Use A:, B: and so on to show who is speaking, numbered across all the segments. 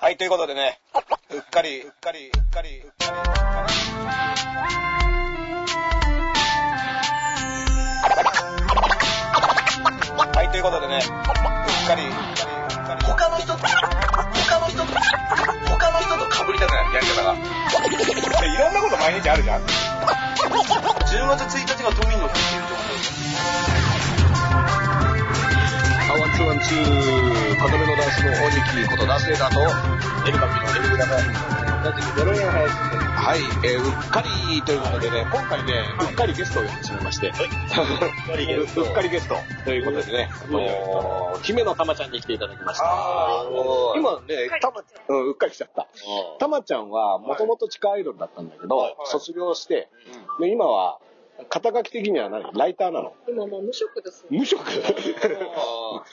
A: はい、ということでね、うっかり、うっかり、うっかり、うっかり、うっかり。はい、ということでね、うっかり、うっかり、うっかり。
B: 他の人と、他の人と、他の人と被りたくない、やり方が。
A: いろんなこと毎日あるじゃん。
B: 10月1日が都民の日っていう情報
C: あ、ワンツーワンツー。片目のダンスのおにきことダンスレーダーと、エルカピのエルグラが、だって0円早くて。はい、えー、うっかりということでね、今回ね、 うっかりゲストを始めまして、うっかりゲストということでね、あのー、姫のたまちゃんに来ていただきました。今ね、たま、うん、うっかりしちゃった。たまちゃんは、もともと地下アイドルだったんだけど、卒業して、で今は、肩書き的には何ライターなの
D: 今もう無職です。
C: 無職
D: ま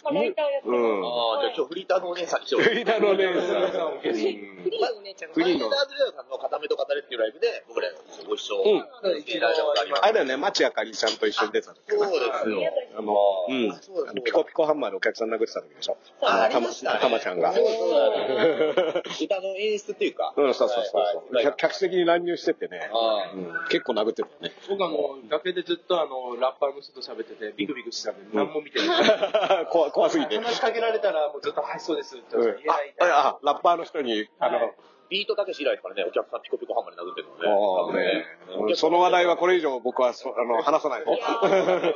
D: あ、ライターをやってる。
C: うん。
B: ああ、じゃあ今日フリーターのお姉さんにしよう。
C: フリーダのね、
D: フリーのお姉ちゃんが。
C: フリー
B: フリーターズレアさんの片目と語れっていうライブで、僕らご一緒
C: うん
B: していただいたことあります。
C: あれだよね、町あかりちゃんと一緒に出た時
B: そう
C: な。
B: ですよ。
C: あの、うん。
B: そうだ
C: あのピコピコハンマーでお客さん殴ってた時でしょ。
B: あ
C: た
B: あり
C: ま、
B: ましたね
C: たまちゃんが。
B: そうそう
C: う
B: そ
C: ん、
B: う歌の演出っていうか。
C: そうそうそうそう、
B: はいはい
C: 客席に乱入してってね、
B: あ
C: うん、結構殴ってたよね。
E: 僕はもう楽屋でずっとあのラッパーの人と喋っててビクビクしてたんで何も見てない、
C: 怖怖すぎて。
E: 話しかけられたらもうずっと「はいそうです」って言
C: う
E: われ
C: ん
E: て言え
C: あ
E: ない
C: あ、ラッパーの人に、あの、
B: ビートたけし以来ですからね、お客さんピコピコハンマーに殴ってるので。
C: もうねうんその話題はこれ以上僕はそあの話さないの。い
D: いやー、真っ二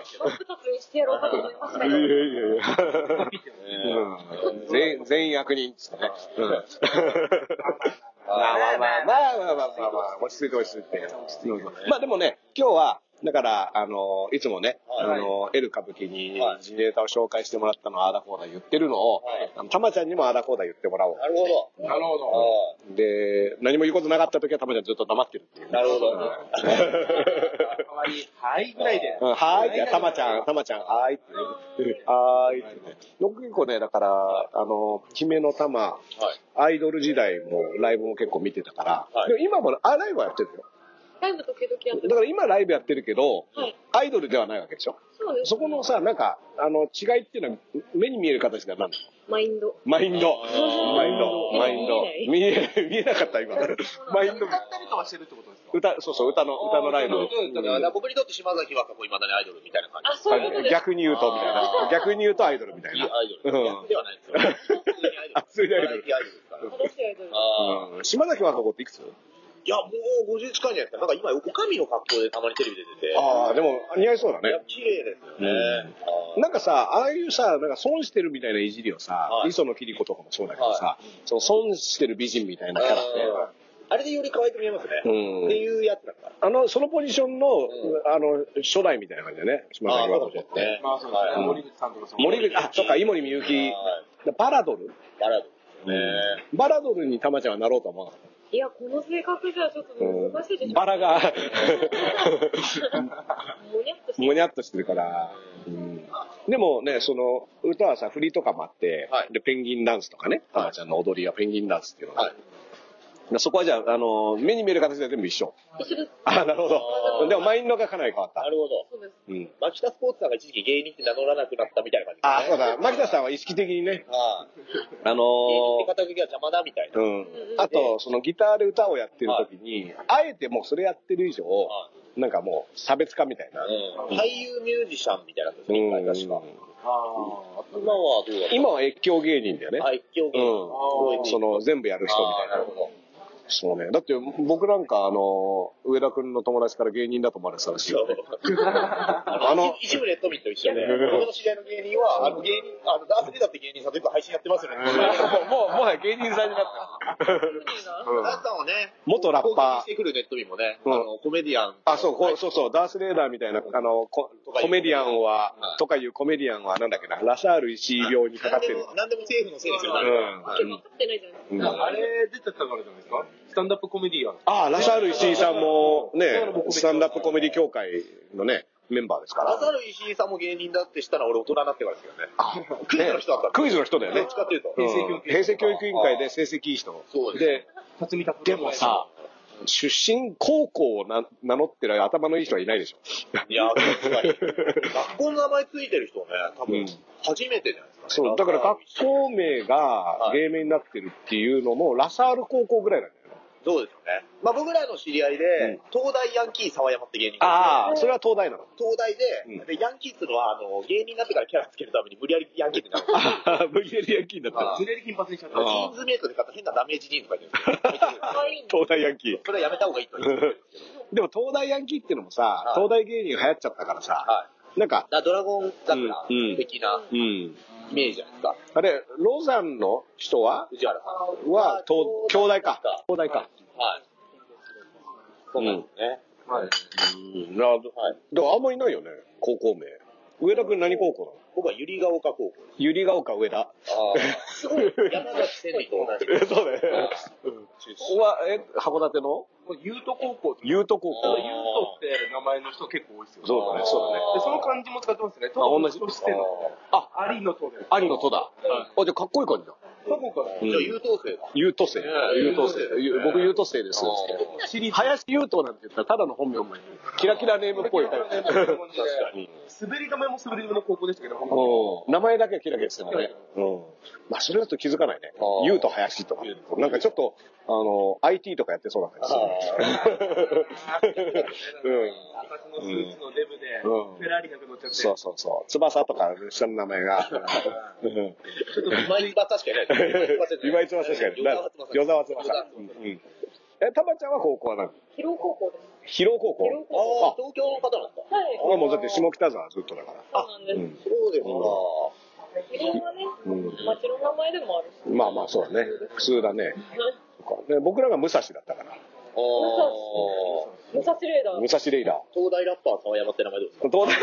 D: つにしてやろうかと思いまし
C: や
D: た
C: い
D: よ。
C: やいや。うん 全全員悪人っつってね。うんまあまあまあまあまあまあまあまあ、落ち着いて落ち着いて。まあでもね、今日は、だから、あの、いつもね、あ
B: はい
C: の、エル歌舞伎に
B: はい
C: ジネーターを紹介してもらったのはああだこうだ言ってるのを
B: はい、
C: あのたまちゃんにもああだこうだ言ってもらお
B: なるほど。
E: なるほど
B: あ
C: う。で、何も言うことなかった時はたまちゃんずっと黙ってるって いう
B: あ。なるほど。
E: あまり「はい」ぐらいで
C: うん、はーいって、たまちゃん、たまちゃん、はーいって言う。はーいってね。僕結構ね、だから、あの、姫の玉、
B: はい。
C: アイドル時代もライブも結構見てたから、
B: はい
C: でも今もあライブはやってるよ。
D: ライブ時々やって
C: だから今ライブやってるけど、
D: はい
C: アイドルではないわけでしょ。
D: そうです。
C: そこのさ、なんか、あの、違いっていうのは目に見える形が何なの
D: マインド。
C: マインド。
B: ー
C: マインド。マインド。見え、 見えなかった今。マインド。
E: 歌ったりとかしてるってことですか
C: 歌、そうそう、歌の、歌のライブ。
B: だから僕にとって島崎和歌子、いまだにアイドルみたいな感じ。
D: あ、そういうことです。
C: 逆に言うと、みたいな。逆に言うとアイドルみたい
B: いい
C: な。
B: アイドル。
C: うん
B: 逆ではないですよ。普通にアイド ル。
C: あ普通にアイドル
B: バラエティアイドルですから。
D: 正しいアイドル。
B: ああ。
C: うん島崎和歌子っていくつ
B: いや、もう50近いんじゃないですか。なんか今、おかみの格好でたまにテレビ出てて。
C: ああ、でも似合いそうだ
B: いや
C: ね。
B: 綺麗ですよね。あー
C: なんかさ、ああいうさ、なんか損してるみたいないじりをさ、
B: はい
C: 磯野桐子とかもそうだけどさ、その損してる美人みたいなキャラっ
B: あれでより可愛く見えますね。
C: て、うん
B: っていうやつだから。
C: あの、そのポジションの、あの、初代みたいな感じだね、島崎和歌子っ
B: あーそうかもしれない
C: て。
E: まあそうですね、
C: はい
E: 森口さんとかそう
C: 森口、あ、そっか、井森美幸、バラドル
B: バラードですよね。
C: バラドルに玉ちゃんはなろうとは思わなかっ
D: いや、この性格じゃちょっと難しいで
C: た。
D: しょ。
C: バラ が、
D: もにゃっとして
C: もにゃっとしてるから、うんでもね、その、歌はさ、振りとかもあって、
B: はい
C: で、ペンギンダンスとかね、玉ちゃんの踊りはペンギンダンスっていうのがあって
B: はい。
C: まあそこはじゃあ、あの、目に見える形で全部一緒。
D: 一緒です。
C: あ、なるほ
B: あ
C: ど。
B: ー
C: でも、マインドがかなり変わった
B: な。るほど。
D: そうです。
C: うん。
B: マキタスポーツさんが一時期芸人って名乗らなくなったみたいな感じ
C: あ、そうだ。
B: だ。
C: 牧田さんは意識的にね、
B: あー
C: あの
B: 芸人って肩書きが邪魔だみたい
C: ー、
B: な。
C: うん。あと、そのギターで歌をやってる時に、あえてもうそれやってる以上、
B: あ
C: なんかもう差別化みたいな。
B: ーうん俳優ミュージシャンみたいなこと
C: う
B: ですね、確か。
C: ん。
E: あ
B: 今はどうだろう
C: 今は越境芸人だよね。
B: あ、一興芸人。
C: うん。その、全部やる人みたいな
B: あーなる。ほど。
C: そうね。だって、僕なんか、あの、上田くんの友達から芸人だと思われてたらしいよね。
B: あ
C: あの
B: の、一部ネットミンと一緒で、僕の知り合いの芸人は、あの芸人、あの、ダンスリーダーって芸人さんとよく配信やってますよね。
C: もう、もう、もはや芸人さんになった。
D: 無理な。
C: うん
B: ダンさんをね、
C: 元ラッパー
B: 攻撃してくるネットミンもね、
C: う
B: あ
C: ん
B: の、コメディアン。
C: あ、そう、こうそうそう、ダース・レーダーみたいな、あの、ココメディアンは、とかいうコメディアンは、なんだっけな、ラサール石井病にかか
B: 何
C: って
B: で
C: る
B: も。、何でも政府のせいですよ、
C: う
B: なんか
D: 今日分かってないじゃないですか。
C: うん
E: ああれ出てたからじゃないですかスタンダップコメディアン
C: あ、ラサール石井さんも、ね、スタンダップコメディ協会のね、メンバーですか
B: ラサ
C: ら。
B: ール石井さんも芸人だってしたら俺大人になってからですよね。クイズの人だった
C: ね
B: ん
C: クイズの人だ
B: だ
C: よ
B: よ
C: ね
B: ね。どっ。ちかっていうと。
C: うん平成教育委員会で成績いい人。
B: そうです。
C: で、
E: 辰巳拓郎
C: でもさ、出身高校をな名乗ってる頭のいい人はいないでしょ。
B: いや、確 かに。学校の名前ついてる人ね、多分、初めてじゃないですかね。
C: そう、だから学校名が
B: はい
C: 芸名になってるっていうのも、ラサール高校ぐらいなんだよね。
B: そうですよね。まあ僕らの知り合いで、
C: うん
B: 東大ヤンキー沢山って芸人
C: あ
B: がい
C: あ、
B: て
C: それは東大なの。
B: 東大で,、
C: うん
B: で、ヤンキーっていうのはあの芸人になってからキャラつけるために無理やりヤンキーってな るんですよ。
C: ああ、無理やりヤンキーになったら
B: あー
F: ずれり金髪にしちゃった
B: ジ
F: ら
C: あ
B: ーンズメイトで買った変なダメージジーンズとか言って るんです
D: 可愛いね。
C: 東大ヤンキー
B: よ。。それはやめた方がいいと言ってるんですけど。
C: でも東大ヤンキーってのもさ
B: は、い
C: 東大芸人流行っちゃったからさ、
B: はい。
C: なんか、
B: だからドラゴン桜
C: うん
B: 的な
C: うん。
B: イメージじゃないですか。
C: あれ、ロザンの人は
B: 藤原さ
C: は、東兄弟か。兄弟か。
B: ん。はい。そうなんですね。
F: はい
C: うん、なるほど。
B: はい。
C: だからあんまいないよね、高校名。上田君何高校なの
B: 僕は百合ヶ丘高校。
C: ゆりが丘上田。
B: ああ。すごい。山崎天理と同じ。
C: そうだね。ここは、え、函館の
F: これ、ユート高校って、
C: 優斗高
F: ただ
C: 校。
F: ユートって名前の人結構多いですよ。
C: そうだね、そうだね。
F: で、その漢字も使ってますね。
C: あ同じ
F: としての。
C: あ、
F: ありのとで。
C: 兄の戸だ。あ、じゃあかっこいい感じだ。
F: 過去から。
C: うん
B: じゃあ優等生だ。
C: 優等生。優等生。ゆ僕優等生です。
B: あ
C: 知り林優斗なんて言ったらただの本名もいるキラキラネームっぽいタイプ。うん
F: 滑り止めも滑り止めの高校でしたけど、僕
C: うん名前だけはキラキラしてるね。うん。まあ、それだと気づかないね
B: あー。
C: 優と林とか
B: 優。
C: なんかちょっと、あの、IT とかやってそうな感じする ね。
F: 私のスーツのデブで、
C: うん
F: フェラーリなんか乗っちゃって、
C: そうそうそう。翼とか下の名前 が。うん
B: ちょっ と今井は確かにない。
C: 今井翼しかいない。与沢翼。うんえ、たまちゃんは高校は何
D: 広高校です。
C: 広尾高
D: 広尾
C: 校
D: 高
B: ああ、東京の方なんだ。
D: はい。
C: あもうだって下北沢ずっとだから。
D: そうなんです。
C: うん
B: そうですか。
D: 広尾はね、
C: うん
D: 町の名前でもあるし。
C: まあまあ、そうだね。普通だね。そっかで僕らが武蔵だったから。
B: ああ。
D: 武蔵レーダー。
C: 武蔵レイダー。
B: 東大ラッパー沢山って名前どうですか
C: どうだ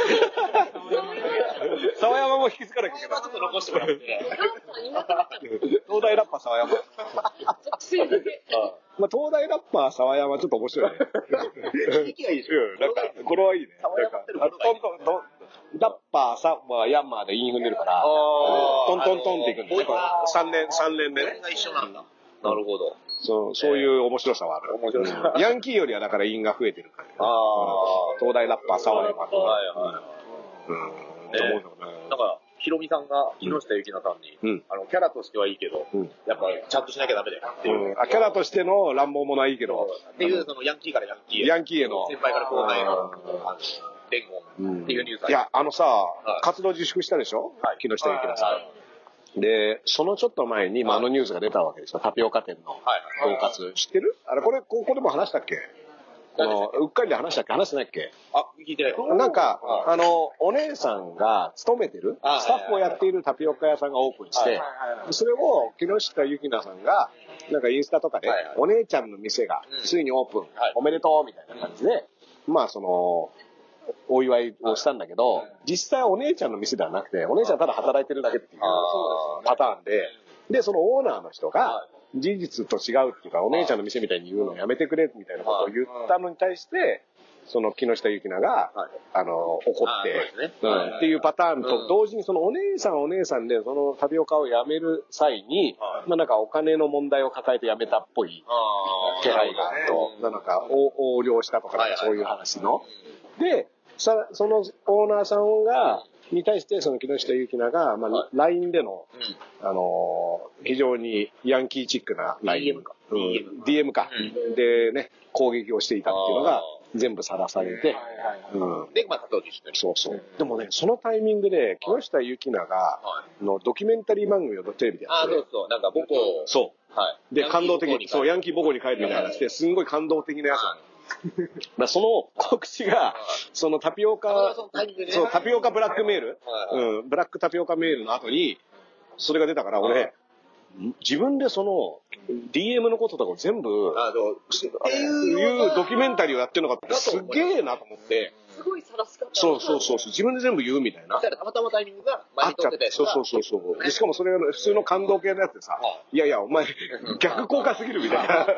C: 沢山も引き継がなきゃいけない。
B: ちょっと残してもらって。
D: いなくなっちゃっ
C: 東大ラッパー沢山。
D: た。特性だけ。
C: まあ、東大ラッパー沢山ちょっと面白いね。
B: 響きがいいでし
C: うん、なんか、これはいいね。
B: 沢山っての
C: なんか、トントン、トンラッパー、サッパー、ヤンマーで韻踏んでるから、トントントンっていくんだよ。3年、三年で
B: こ
C: ね
B: れ。が一緒なんだ。なるほど。
C: そう、そういう面白さはある。
B: 面白さ
C: うんヤンキーよりはだから韻が増えてるから。
B: ああ。
C: 東大ラッパー、沢山。
B: はいは
C: うん、
B: ね
C: と思うよね
B: い。だから、ヒロミさんが、木下ゆきなさんに、
C: うん
B: あの、キャラとしてはいいけど、
C: うん
B: やっぱ、ちゃんとしなきゃダメだよっていう。
C: うんあキャラとしての乱暴もないけど、
B: っていう、その、ヤンキーからヤンキーへ。
C: ヤンキーへの。
B: 先輩から後輩への、あ
C: うん
B: の、伝言っていうニュースあ
C: い
B: りま
C: や、あのさ、
B: い
C: 活動自粛したでしょ、
B: はい
C: 木下ゆきな
B: は
C: さん。で、そのちょっと前に、まあ、あのニュースが出たわけですよ。タピオカ店の
B: はい
C: 統括。知ってるあれ、これ、ここでも話したっけこの、うっかりで話したっけ話してないっけ
B: す。あ、聞いてないわ
C: なんか
B: は、
C: あの、お姉さんが勤めてる、
B: あ
C: スタッフをやっているタピオカ屋さんがオープンし
B: はい
C: て
B: は、
C: それを木下ゆきなさんが、なんかインスタとかで
B: はいはい、
C: お姉ちゃんの店が
B: うん
C: ついにオープン
B: はい、
C: おめでとうみたいな感じで、まあその、お祝いをしたんだけど、実際お姉ちゃんの店ではなくて、お姉ちゃんただ働いてるだけっていう
B: あー
C: パターンで、で、そのオーナーの人が、事実と違うっていうか、お姉ちゃんの店みたいに言うのやめてくれみたいなことを言ったのに対して、その木下ゆきなが、
B: はい
C: あの、怒っ
B: あーそ
C: て、
B: うですね
C: うんっていうパターンと同時に、そのお姉さんはお姉さんで、そのタピオカをやめる際に、
B: はい
C: まあなんかお金の問題を抱えてやめたっぽい
B: あー
C: 気配があると、
B: な
C: な
B: る
C: んかお横領したとか
B: はいはい、
C: そういう話の。で、さそのオーナーさんが、に対して、その木下ゆきなが、まあ、LINE での
B: ほどね
C: あのー非常にヤンキーチックな
B: DM か
C: うん
B: DM
C: DM か、でね、攻撃をしていたっていうの
B: あ
C: が全部さらされて、うん
B: うん。で、まあ、佐藤自身で。
C: そうそう。でもね、そのタイミングで、木下ゆきなが、
B: は
C: のドキュメンタリー番組をテレビでや
B: あ
C: っ
B: あ、
C: て
B: そ
C: て
B: うそう。なんか、僕を、
C: そう。
B: はい。
C: で、感動的に、そう、ヤンキー母校に帰るみたいな話で、すんごい感動的なやつなの。まあ、その告知が、そのタピオカ、
B: そのタイミングでね
C: そう、タピオカブラックメール、
B: はいは
C: うん、ブラックタピオカメールの後に、それが出たから、
B: は
C: 俺、自分でその、DM のこととかを全部、
B: あの、って
C: いうドキュメンタリーをやってるのがすげえなと思って、
D: すごい晒し方。
C: そうそうそうそう、自分で全部言うみたいな
B: そし。たらたまたまタイミングが前
C: あっ
B: に
C: ち
B: 撮
C: ゃ
B: っ
C: って
B: た
C: て、
B: やつ
C: そう
B: が
C: そうそうそう。でしかもそれが普通の感動系のやつでさ、
B: はい
C: やいや、お 前、逆効果すぎるみたいな。
F: 高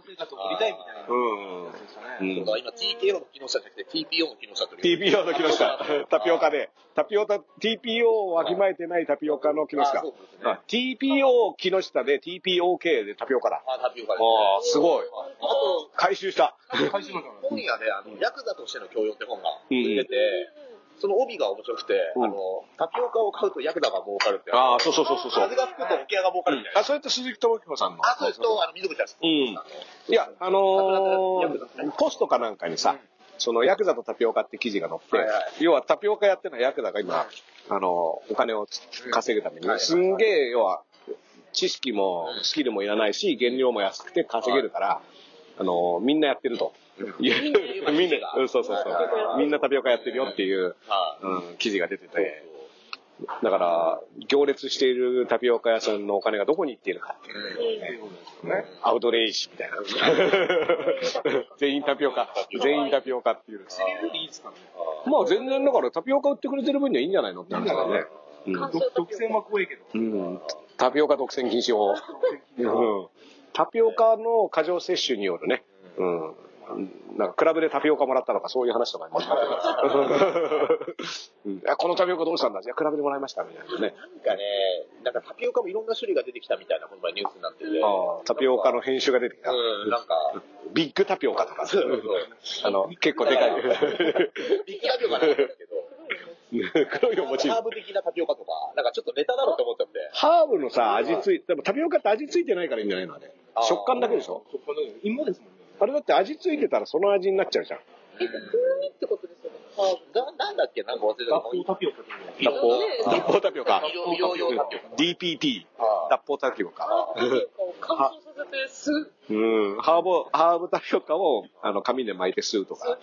F: 校生活を送りたいみたいな。
C: うん。
F: そうですよね
C: うん
B: そうだ今 TKO の木下じゃなくて TPO の木下という。
C: TPO の木 下、タピオカで、タピオタ、TPO をわきまえてないタピオカの木
B: あ
C: 下
B: そう。ですね。
C: あ TPO 木下で TPOK でタピオカだ。
B: あ、タピオカですね。
C: あーすごい
B: あと、
C: 回収した。
F: 返しましょう
B: 本屋で、あの、ヤクザとしての教養って本が
C: うん
B: 出てて、その帯が面白くて、
C: うん
B: あの、タピオカを買うとヤクザが儲かるって。
C: ああ、そうそうそうそうそう
B: 風。が吹くと桶屋が儲かるみたいな。
C: あ、それって鈴木智彦さんの。
B: あ、そうですと、あの、水口ちゃんです。
C: うん
B: あの
C: いや、あの
B: ヤクザ
C: ー、ポストかなんかにさ、そのヤクザとタピオカって記事が載って、
B: はいはい
C: 要はタピオカやってるのはヤクザが今、
B: はい
C: あのー、お金をつ稼ぐために、
B: はいはい
C: すんげえ、要は、知識もスキルもいらないし、原料も安くて稼げるから、あのー、みんなやってると。みん
B: んな
C: な、うんそうそうそ
B: はいはいは
C: う。
B: い
C: みんなタピオカやってるよっていう、
B: はい
C: うん、記事が出てて、だから、行列しているタピオカ屋さんのお金がどこに行っているかっていう。
B: うん
C: ね、アウトレイジみ たいな。全員タピオカ、全員タピオカっていう。
F: よりいいですからね。
C: まあ全然だからタピオカ売ってくれてる分にはいいんじゃないのって話だね。
D: 感
C: う
D: 想
F: 独独占は怖いけど。
C: んうん。タピオカ独占禁止法。うん。タピオカの過剰摂取によるね。うん。なんかクラブでタピオカもらったのかそういう話とかにもしか したらこのタピオカどうしたんだじゃあクラブでもらいましたみたいなね。
B: なんかね、なんかタピオカもいろんな種類が出てきたみたいな、この前ニュースになってて。
C: ああタピオカの編集が出てきた。
B: うん、なんか、
C: ビッグタピオカとか。
B: そうそう
C: あの、結構でかい。
B: ビッグタピオカなんですけど。
C: 黒いお餅。
B: ハーブ的なタピオカとか、なんかちょっとネタだろうと思ったんで。
C: ハーブのさ、味ついて、でもタピオカって味ついてないからいいんじゃないのあれ
B: あ。ー
C: 食感だけでしょ
F: そこの芋ですもんね。
C: あれだって味ついてたらその味になっちゃうじゃん。
D: え、風味ってことですよね。
B: な、なんだっけなんか忘れた
F: 学校タピオカとか。
C: 脱法
D: ね。
C: 脱法タピオカ。
B: 医療用タピオカ。
C: DPT。脱法タピオカ。
D: あーなんかを乾燥させて、すぐ、
C: うん。ハーブ、ハーブタピオカを、あの、紙で巻いて吸うとか。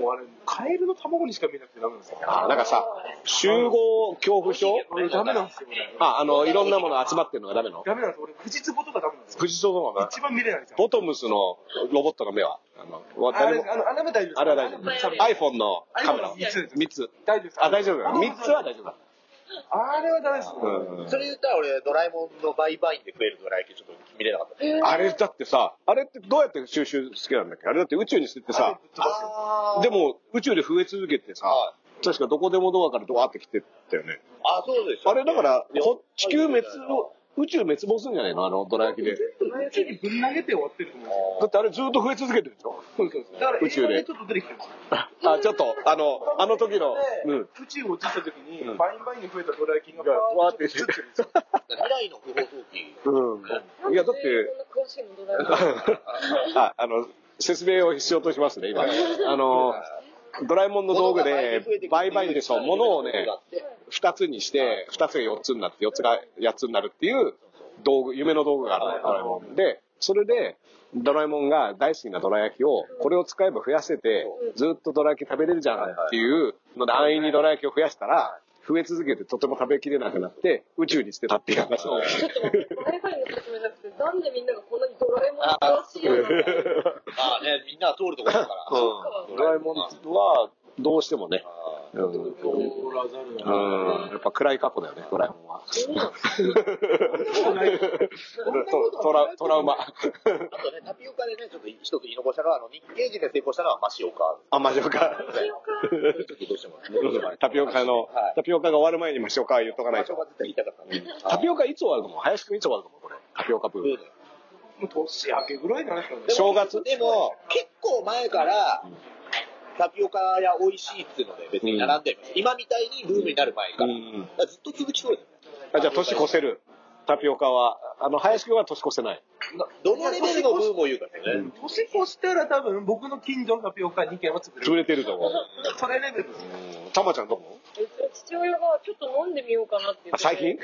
F: もうあれ、カエルの卵にしか見えなくてダメなんですよ。
C: あー、なんかさ、集合恐怖症
F: 俺ダメなんですよ、俺。
C: あ、あの、いろんなもの集まってるのがダメなの
F: ダメなんですよ。俺、富士壺とかダメなんですよ。
C: 富士そばが。
F: 一番見れないんですよ。
C: ボトムスのロボットの目は。あの、わ
F: あ
C: 誰
F: れ、
C: も。
F: あの、あれは大丈夫
C: あれは大丈夫。
F: です
C: iPhone のカメラ。
F: 3つです。
C: 3つ。
F: 大丈夫です。
C: あ、大丈夫だよ。3つは大丈夫だ。
F: あれはダメです。
C: うん
B: それ言ったら俺、ドラえもんのバイバインで食えるぐらいけどちょっと見れなかった。
D: えー
C: あれだってさ、あれってどうやって収集してたんだっけあれだって宇宙に捨ててさ、
B: あ
C: でも宇宙で増え続けてさ、
B: は
C: 確かどこでもドアからドアって来てったよね。
B: あ、そうです
C: あれだから、こ地球滅
B: 亡。
C: 亡、宇宙滅亡するんじゃないのあのドラ焼きで。
F: 宇宙にぶん投げて終わってると思うんですよ。
C: だってあれずっと増え続けてるでしょ
F: そうそうそう。だから、
C: 宇宙で
F: 映画ちょっと出てきてるんですよ。
C: あ、ちょっと、あの、あの時の、う
F: うんん。。宇宙を落ちた時に
C: うん、
F: バインバインに増えたドラ焼きが、
C: わーって
F: ちょと映るんですよ。
B: 未来の不法投棄。
C: うん。いや、だって、
D: こんな詳しいのドラ えもん。
C: あ、あの、説明を必要としますね、今。あの、ドラえもんの道具で、バイバイでそう、物をね、二つにして、二つが四つになって、四つが八つになるっていう道具、夢の道具があるのドラえもん。で、それで、ドラえもんが大好きなドラ焼きを、これを使えば増やせて、ずっとドラ焼き食べれるじゃんっていうので、安易にドラ焼きを増やしたら、増え続けてとても食べきれなくなって、宇宙に捨てたっていう話なんです
D: ちょっと待って、ドラえもんの説明じゃなくて、なんでみんながこんなにドラえもんに詳しいのか
B: ああね、みんな通るとこだから。
C: うんドラえもんは、 どうしてもね、うん、
F: ドラザルな
C: うんやっぱ暗い過去だよね、ドラえもんは。 トトラトラウマ。
B: あとね、タピオカでね、ちょっと一つ言い残したのは、あの、日系人で成功したのはマシオカ。
C: あ、マジか。
B: ちょっとどうしてもね。
C: タピオカの、
B: はい
C: タピオカが終わる前にマシオカは言っとかな
B: マ
C: い
B: シオ
C: と。
B: カ絶対言いたかったんで。
C: タピオカいつ終わるの林くんいつ終わるのこれ。タピオカブーム。
F: もう年明けぐらいじゃないですかね。
C: 正月
B: でも、結構前から、タピオカ屋美味しいっていうので別に並んでる、今みたいにブームになる前から。
C: うん
B: だからずっと続きそうですね。
C: あじゃあ年越せる。タピオカは、あの、林くんは年越せない。
B: どのレベルのブームを言うかですよね。
F: 年越したら多分僕の近所のタピオカ2軒は潰れ
C: 潰
F: る。
C: れてると思う。
F: それレベルです。
C: うんたまちゃんどう思う
D: うちの父親がちょっと飲んでみようかなって言っ
C: あ
D: て。
C: 最近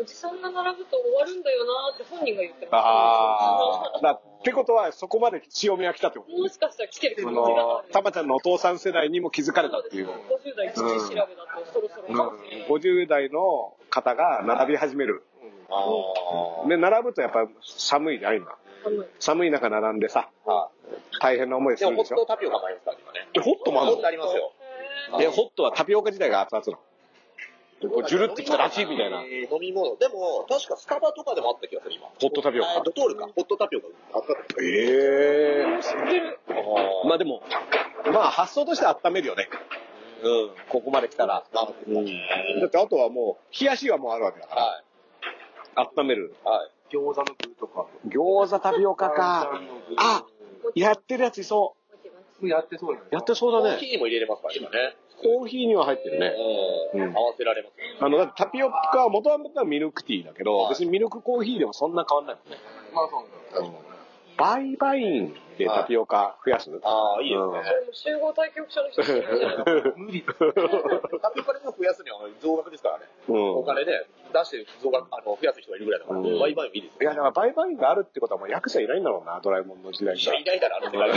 D: おじさんが並ぶと終わるんだよなって本人が言ってま
C: ああ。だってことは、そこまで潮目が来たってこ
D: す。もしかしたら来てる
C: と。
D: か
C: あ
D: もしれない
C: の、。たまちゃんのお父さん世代にも気づかれたっていう。
D: 50代父調べだとそろそろかもしれない。
C: 50代の方が並び始める。
B: ああ。
C: で、並ぶとやっぱ寒いじゃん、今。
D: 寒い
C: 寒い中並んでさ、大変な思いする
B: でも
C: んで
B: ホ
C: し
B: ット
C: ょ
B: タピオカもありますから今ね。
C: え、ホットもあん
B: ホッ
C: の
B: トありますよ。
D: へ
B: ト
C: え、ホットはタピオカ自体が熱々なの。こうジュルってきたらしいみたいな。
B: 飲み物。でも、確かスタバとかでもあった気がする、今。
C: ホットタピオカ
B: えードトールか。ホットタピオカあったと
C: ええ
D: ー知ってる。
C: まあでも、まあ発想としては温めるよね。うん、ここまで来たら。
B: なるほどね。
C: だってあとはもう、冷やしはもうあるわけだから。
B: は
C: 温める。
B: い。はい。
F: 餃子の具とか。
C: 餃子タピオカ
F: 餃
C: か
F: 子。の具
C: あ
D: もち
C: やってるやついそ
D: もちもち
F: もうやってそうなん
C: う。やってそう
B: コ
C: だ
B: ー
C: ね。
B: ヒーも入れれますから、今ね。
C: コーヒーには入ってるね。
B: うん
C: うん
B: 合わせられますね。
C: あの、だってタピオカは元は元はミルクティーだけど、
B: はい
C: 別にミルクコーヒーでもそんな変わんないもんね。
F: まあそうなんだ
C: バイバインでタピオカ増やす、
B: ああ、いいですね
D: そ。れも集合体記憶者の人しかいないじゃないですか。
F: 無理だ。
B: タピオカでも増やすには増額ですからね。
C: うん
B: お金で出して増額、あの、増やす人がいるぐらいだから、
C: うん
B: 毎晩いいです
C: いや、だ
B: よ。
C: からバイバインがあるってことはもう役者いないんだろうな、ドラえもんの時代
B: い
C: か
B: や、
C: ら。
B: いないだろ、あの世界は。
F: あ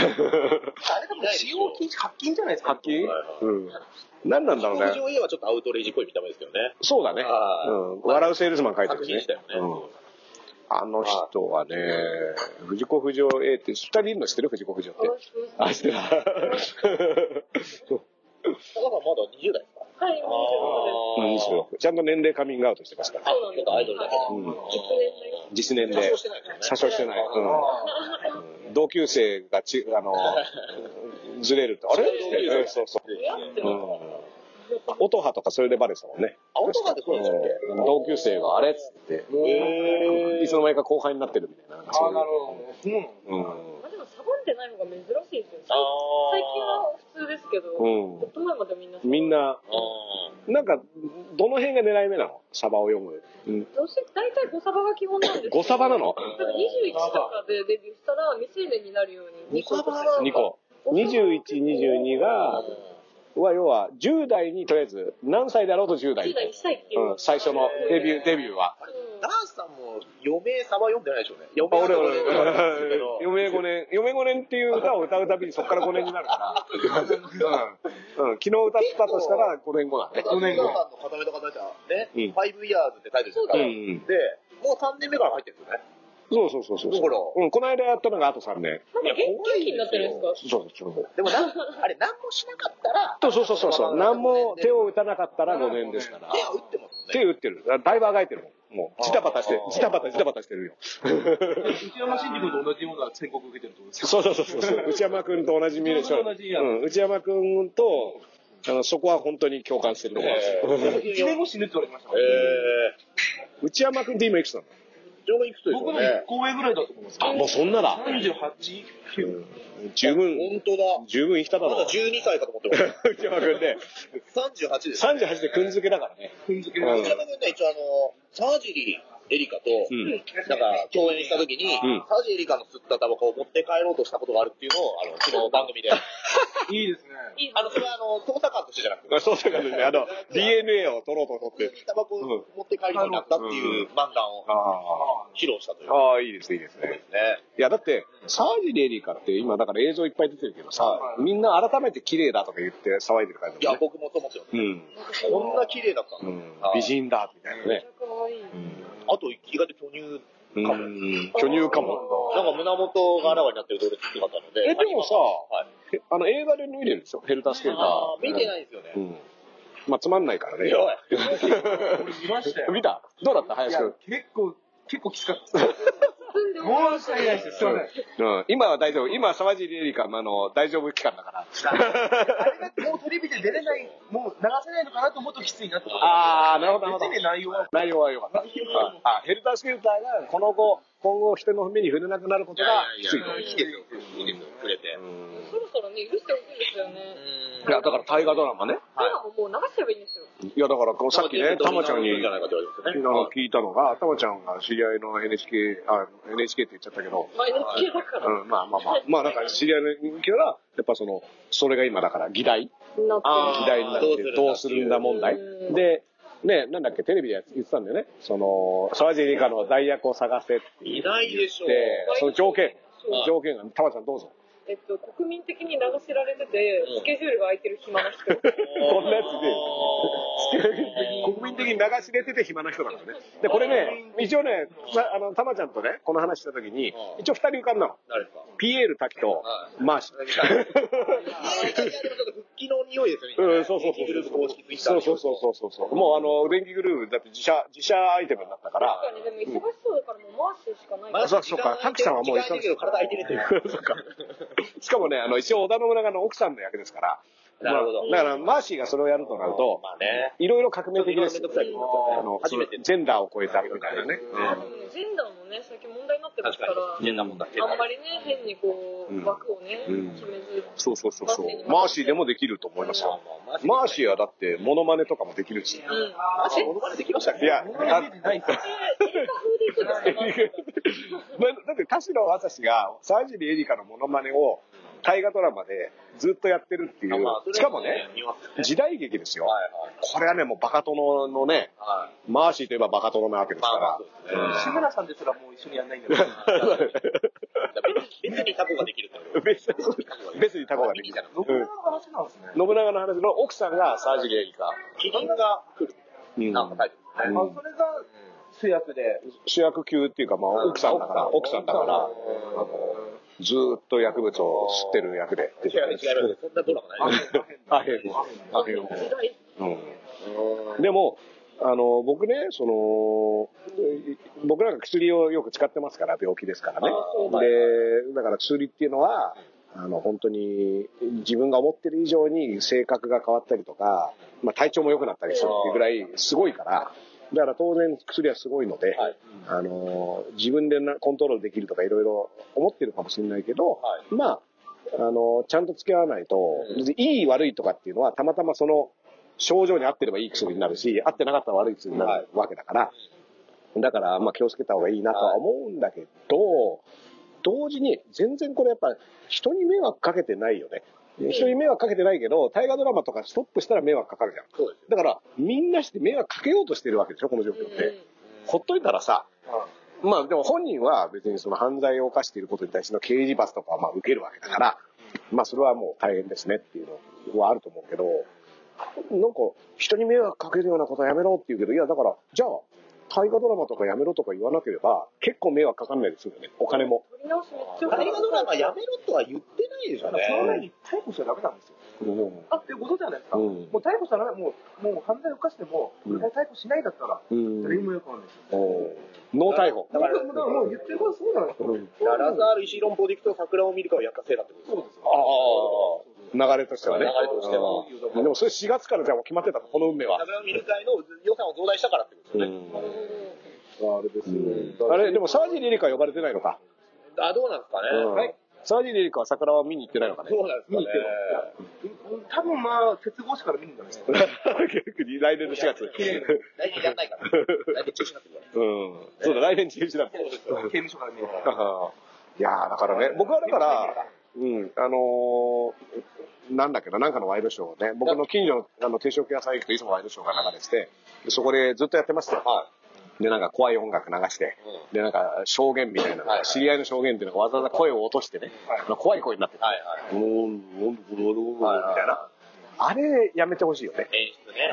F: れでも使用禁止、発禁じゃないですか。
C: 発禁
B: はい
C: う
B: はい
C: ん。何なんだろう
B: 通
C: ね。
B: 常家はちょっとアウトレイジっぽい見た目ですけどね。
C: そうだね。
B: はい
C: うん。笑うセールスマン書いてる
B: 作
C: し
B: 品
C: ね
B: 自。体も
C: う
B: ね。
C: んあの人はね、藤子不二雄 A って、二人いるの知ってる藤子不二雄って。あ、知って た。
B: だからまだ20代ですか
D: はい、も
C: うんそうちゃんと年齢カミングアウトしてますから。
B: あ、そうなんだ、アイドルだけど。
C: うん
D: う実年
C: 実年で
B: 多
D: 齢
B: 少。してないからね。
C: 詐称してない。うん。同級生がち、あの、ずれると、あれ
B: 同級生
C: うんそうそう。
D: やって
C: う
D: る
C: ん。音羽とかそれでバレてたもんね。
B: あ、音がでそうでしたっけ
C: うん同級生があれっつって、
B: へ
C: いつの間にか後輩になってるみたいな。なんか
F: あ
C: そ
F: あ、
C: う
F: なる
C: い
F: ほど。そうなの
C: う
D: まあでもサボってないのが珍しいですよね。
B: あ
D: 最近
B: あ。
D: は普通ですけど、
C: うん。う
D: ど前までみんな、
C: ん。みん
D: な、
C: な、なんか、どの辺が狙い目なのサバを読む。うん。
D: どうし大体5サバが基本なんですけど
C: 5サバなの
D: だから21とかでデビューしたら未成年になるように2個とか。
C: ?2 個。21、22が、は要は10代にとりあえず何歳だろうと10代
D: 1。代1歳っていう。
C: うん、最初のデビュー、デビューは。
D: うん
B: ダンスさんも余命サバ読んでないでしょうね。
C: あ
B: 余命
C: 俺、
B: は
C: 俺、
B: 読んでないですけど
C: 嫁5年、嫁5年っていう歌を歌うたびにそこから5年になるから、うん、うん、昨日歌ったとしたら5年後だね。
F: 五年後
B: ダンスさんの固めとか出したね、
C: うん
B: 5イヤーズってタイトルですか
C: う
B: ら。で、
C: ん。
B: もう3年目から入ってるんですよね。
C: そうそうそうそう。
B: だから
C: うん、この間やったのがあと3年。
D: なんか元気になってるんですか
C: そうそうそう。
B: でも なん、あれ、何もしなかったら、
C: そうそうそうそうそう。何も手を打たなかったら5年ですから。
B: 手は打ってますも
C: 手
B: んね。
C: 打ってる。だいぶあがいてるもん。もう、ジタバタして、ジタバタジタバタして るよ。
F: 内山真司君と同じものは宣告受けてるってことですか
C: そうそうそうそう。内山君と同じ見るでしょ。
F: 内山君と同じや
C: うん、内山君と、あの、そこは本当に共感してるところ
B: え
F: 一年後死ぬって言われてましたからね
B: え
C: 内山君って今いくつなの
B: ー、情報いくつです
F: 僕
B: よ
F: の1
B: ね。
F: 個上ぐらいだと思うんですけ
C: あ、もうそんなだ。
F: ど。38、9。
C: 十分、
B: 本当だ。
C: 十分生きただ
B: ま
C: ろ
B: だ
C: う。
B: 12歳かと思ってました。
C: 内山君で、
B: 38です。
C: 38でくんづけだからね。
F: 踏んづけ
C: う
F: ら
C: ん
F: れ
B: 内山君ね、一応あの、サージリーエリカと、
C: うん。
B: なんか、共演した時
C: ん
B: に、サージエリカの吸ったタバコを持って帰ろうとしたことがあるっていうのを、あの、昨日番組で。あ
F: いいですね。
D: いい
B: の、それはあの、捜査官としてじゃなくて、
C: まあそうだからね、あの、DNA を取ろうと取って。
B: 普通にタバコを持って帰るようになったっていう漫談を
C: ああ。
B: 披露したという。
C: ああ、いいですね、いいですね。
B: ね。
C: いや、だって、サージレリカって今、だから映像いっぱい出てるけどさ、
B: は
C: みんな改めて綺麗だとか言って騒いでる感じ
B: い
C: だ
B: や、
C: もんね。
B: 僕もそう思ってます。
C: うん。
B: こんな綺麗だった
C: う
B: の、
C: ん
B: あー
C: 美人だ、みたいなね。
D: かわいい。
B: あと、意外と巨乳、
C: うん。
B: かも
C: 巨乳かも。
B: なんか胸元があらわになってるドレスってかったので。
C: え、でもさ、
B: はい
C: へあの、映画で脱いでるんですよ、ヘルタースケータ
B: あー
C: ー。
B: 見てないですよね
C: う。ん。まあ、つまんないからね。
B: いやおい
F: 俺見ました よ。
C: 見たどうだった
F: い
C: 林
F: や
C: くん。、
F: 結構、結構きつかったです。
D: 包んでも
F: 申し訳ないです。すいません。
C: うん。今は大丈夫。今、沢尻エリカ、あの、大丈夫期間だから。
F: あれがもうテレビで出れない、もう流せないのかなと思うときついなってこと
C: あー、なるほど、なるほど
F: 別。に内容は。
C: 内容は良かった。あ、ヘルタースケルターがこの後、今後人の目に触れなくなることがきついと。
B: いいですよ。いいですよ。くれて。
D: そろそろね、許してほしいですよね。
C: いや、だから大河ドラマね。
D: 今はもう流しちゃえばいいんですよ。
C: いや、だからこうさっきね、たまちゃんに、
B: じゃないかって言われてます
C: あ
B: ね。
C: の聞いたのが、たまちゃんが知り合いの NHK、あ、NHK って言っちゃったけど、
D: マイナス系だから。
C: うん、まあまあまあ、まあなんか知り合いの人が、やっぱその、それが今だから議題
D: なって
B: あー
C: 議題になってるど
B: ど
C: う
B: う
C: す
B: す
C: る
B: る
C: ん
B: ん
C: だ
B: だ
C: 問題
D: うん
C: で、ね、なんだっけ、テレビで言ってたんだよね。その、沢尻理科の代役を探せって言って
B: いないでしょう。
C: その条件
D: そう、
C: 条件が、たまちゃんどうぞ。
D: えっと、国民的に名が知られてて、スケジュールが空いてる暇 な人。
C: こんなや つで、国民的に流し出てて暇な人なんだね。で、これね、一応ね、まあの、たまちゃんとね、この話した時に、一応二人浮かんだの。
B: 誰ですか
C: ピエール滝とマーシ
B: いやでもちょっと復帰の匂いですね。
C: うん、そうそうそう。
B: グループ公式ツイッター
C: そうそうそうそうそう。もうあの、電気グループだって自社、自社アイテムになったから。
D: 確かに、でも忙しそうだからもうマーシーしかない。
C: あそうそうか、タクさんはもう
B: 時間ないけど体空いてるという
C: そうか。しかもね、あの、一応織 田信長の奥さんの役ですから。
B: なるほど
C: まあだから、マーシーがそれをやるとなると、
B: まあね。
C: いろいろ革命的です。
B: ちょっといろいろ面倒くさい
C: あの、
B: 初めて
C: ジェンダーを超えたみたいなね。
D: あでもねジェンダーもね、最近問題になってます
B: 確
D: か、
B: からに。変なもんだけど。
D: あんまりね、変にこ
C: うん
D: う、枠をね、
C: うん
D: 決めず。
C: そうそうそうそう。マーシーでもできると思いますよ。マーシーはだって、モノマネとかもできるし。
D: うん。
B: マジモノマネできましたっ
C: い
B: け
C: や、あ
D: え、映画風でいく んですか
C: まあだって田代朝志が沢尻エリカのモノマネを大河ドラマでずっとやってるっていう、しかもね、
B: 見ますね
C: 時代劇ですよ、
B: はいはい
C: これはねもうバカ殿のね
B: は
C: マーシーといえばバカ殿なわけですか
B: い。
C: ら、
F: 志村さんですらもう一緒にやんないんだから。
B: 別に別にタコができるってこ と
C: 別に別にタコができる、うん
F: 話なんですね。
C: 信長の話の奥さんが沢尻エリカ、
B: キリンが来る。
C: うん
B: なんか書いてる
C: うん
F: あ、それが主役で。
C: 主役級っていうか、まあ、奥さんだから奥さんだからずーっと薬物を吸ってる役で
B: ね。違う違う。そんなドラマない。
C: アヘンアヘンを
D: 時代、
C: うんでも、あの、僕ね、その、い僕らが薬をよく使ってますから、病気ですからね
B: あー。
C: で、だから薬っていうのは、あの、本当に自分が思ってる以上に性格が変わったりとか、まあ体調も良くなったりするっていうぐらいすごいから、だから当然薬はすごいので、
B: はい
C: あの、自分でなコントロールできるとかいろいろ思ってるかもしれないけど、
B: は
C: まあ、あの、ちゃんと付き合わないと、
B: うん
C: いい悪いとかっていうのは、たまたまその症状に合ってればいい薬になるし、合ってなかったら悪い薬になるわけだから、だから、まあ気をつけた方がいいなとは思うんだけど、同時に全然これやっぱ人に迷惑かけてないよね。人に迷惑かけてないけど、大河ドラマとかストップしたら迷惑かかるじゃん。
B: そうです
C: だから、みんなして迷惑かけようとしてるわけでしょ、この状況って。ほっといたらさ、まあでも本人は別にその犯罪を犯していることに対しての刑事罰とかはまあ受けるわけだから、まあそれはもう大変ですねっていうのはあると思うけど、なんか人に迷惑かけるようなことはやめろって言うけど、いやだから、じゃあ、大河ドラマとかやめろとか言わなければ、結構迷惑かかんないですよね。お金も。
D: 撮り直しめっちゃ
B: 大河ドラマやめろとは言ってないでしょ
F: だ
B: う
F: か
B: ね
F: ら。その前に逮捕しちゃダメなんですよ。
C: うん。
F: あ、っていうことじゃないですか。
C: う
F: も
C: ん
F: う逮捕したら、もう、もう犯罪を犯しても、これから逮捕しないだったら、
C: うん
F: 誰にもよくわかんないですよ。
C: ノー逮捕。
B: だ
F: だ
B: か
F: からら、もう言ってることはそうなんですよ。
C: うん
B: ララザール石井論法でいくと桜を見るかをやったせいだってこと
F: そうですよ。
C: ああ、流れとしてはね。
B: 流れとしては
C: うんでもそれ4月からじゃあもう決まってたの、この運命は。
B: 桜を見る会の予算を増大したからってことですよね。
F: あれです
C: うんあれ、でも沢尻エリカは呼ばれてないのか。
B: あ、どうなんですかね。
C: はい。沢尻エリカは桜は見に行ってないのかね。
B: そうなんですかね。
F: 多分まあ、鉄格子から見るんじゃないですか。
C: 結局来年の4月。
B: 大体やんないから。大体中止になってるか ら。
C: うん。そうだ、来年中止だ。
F: 刑務所から見るから。
C: いやー、だからね、僕はだから、うん、あのーなんだっけな、なんかのワイドショーをね、僕の近所のあの定食屋さん行くといつもワイドショーが流れてて、でそこでずっとやってましたよ。で、なんか怖い音楽流して、で、なんか証言みたいなのが、知り合いの証言っていうのがわざわざ声を落としてね、怖い声になってて、
B: はいは
C: うーん、どんどんどんどんみ
B: い。
C: たいな。あれ、やめてほしいよね。
B: 演出ね。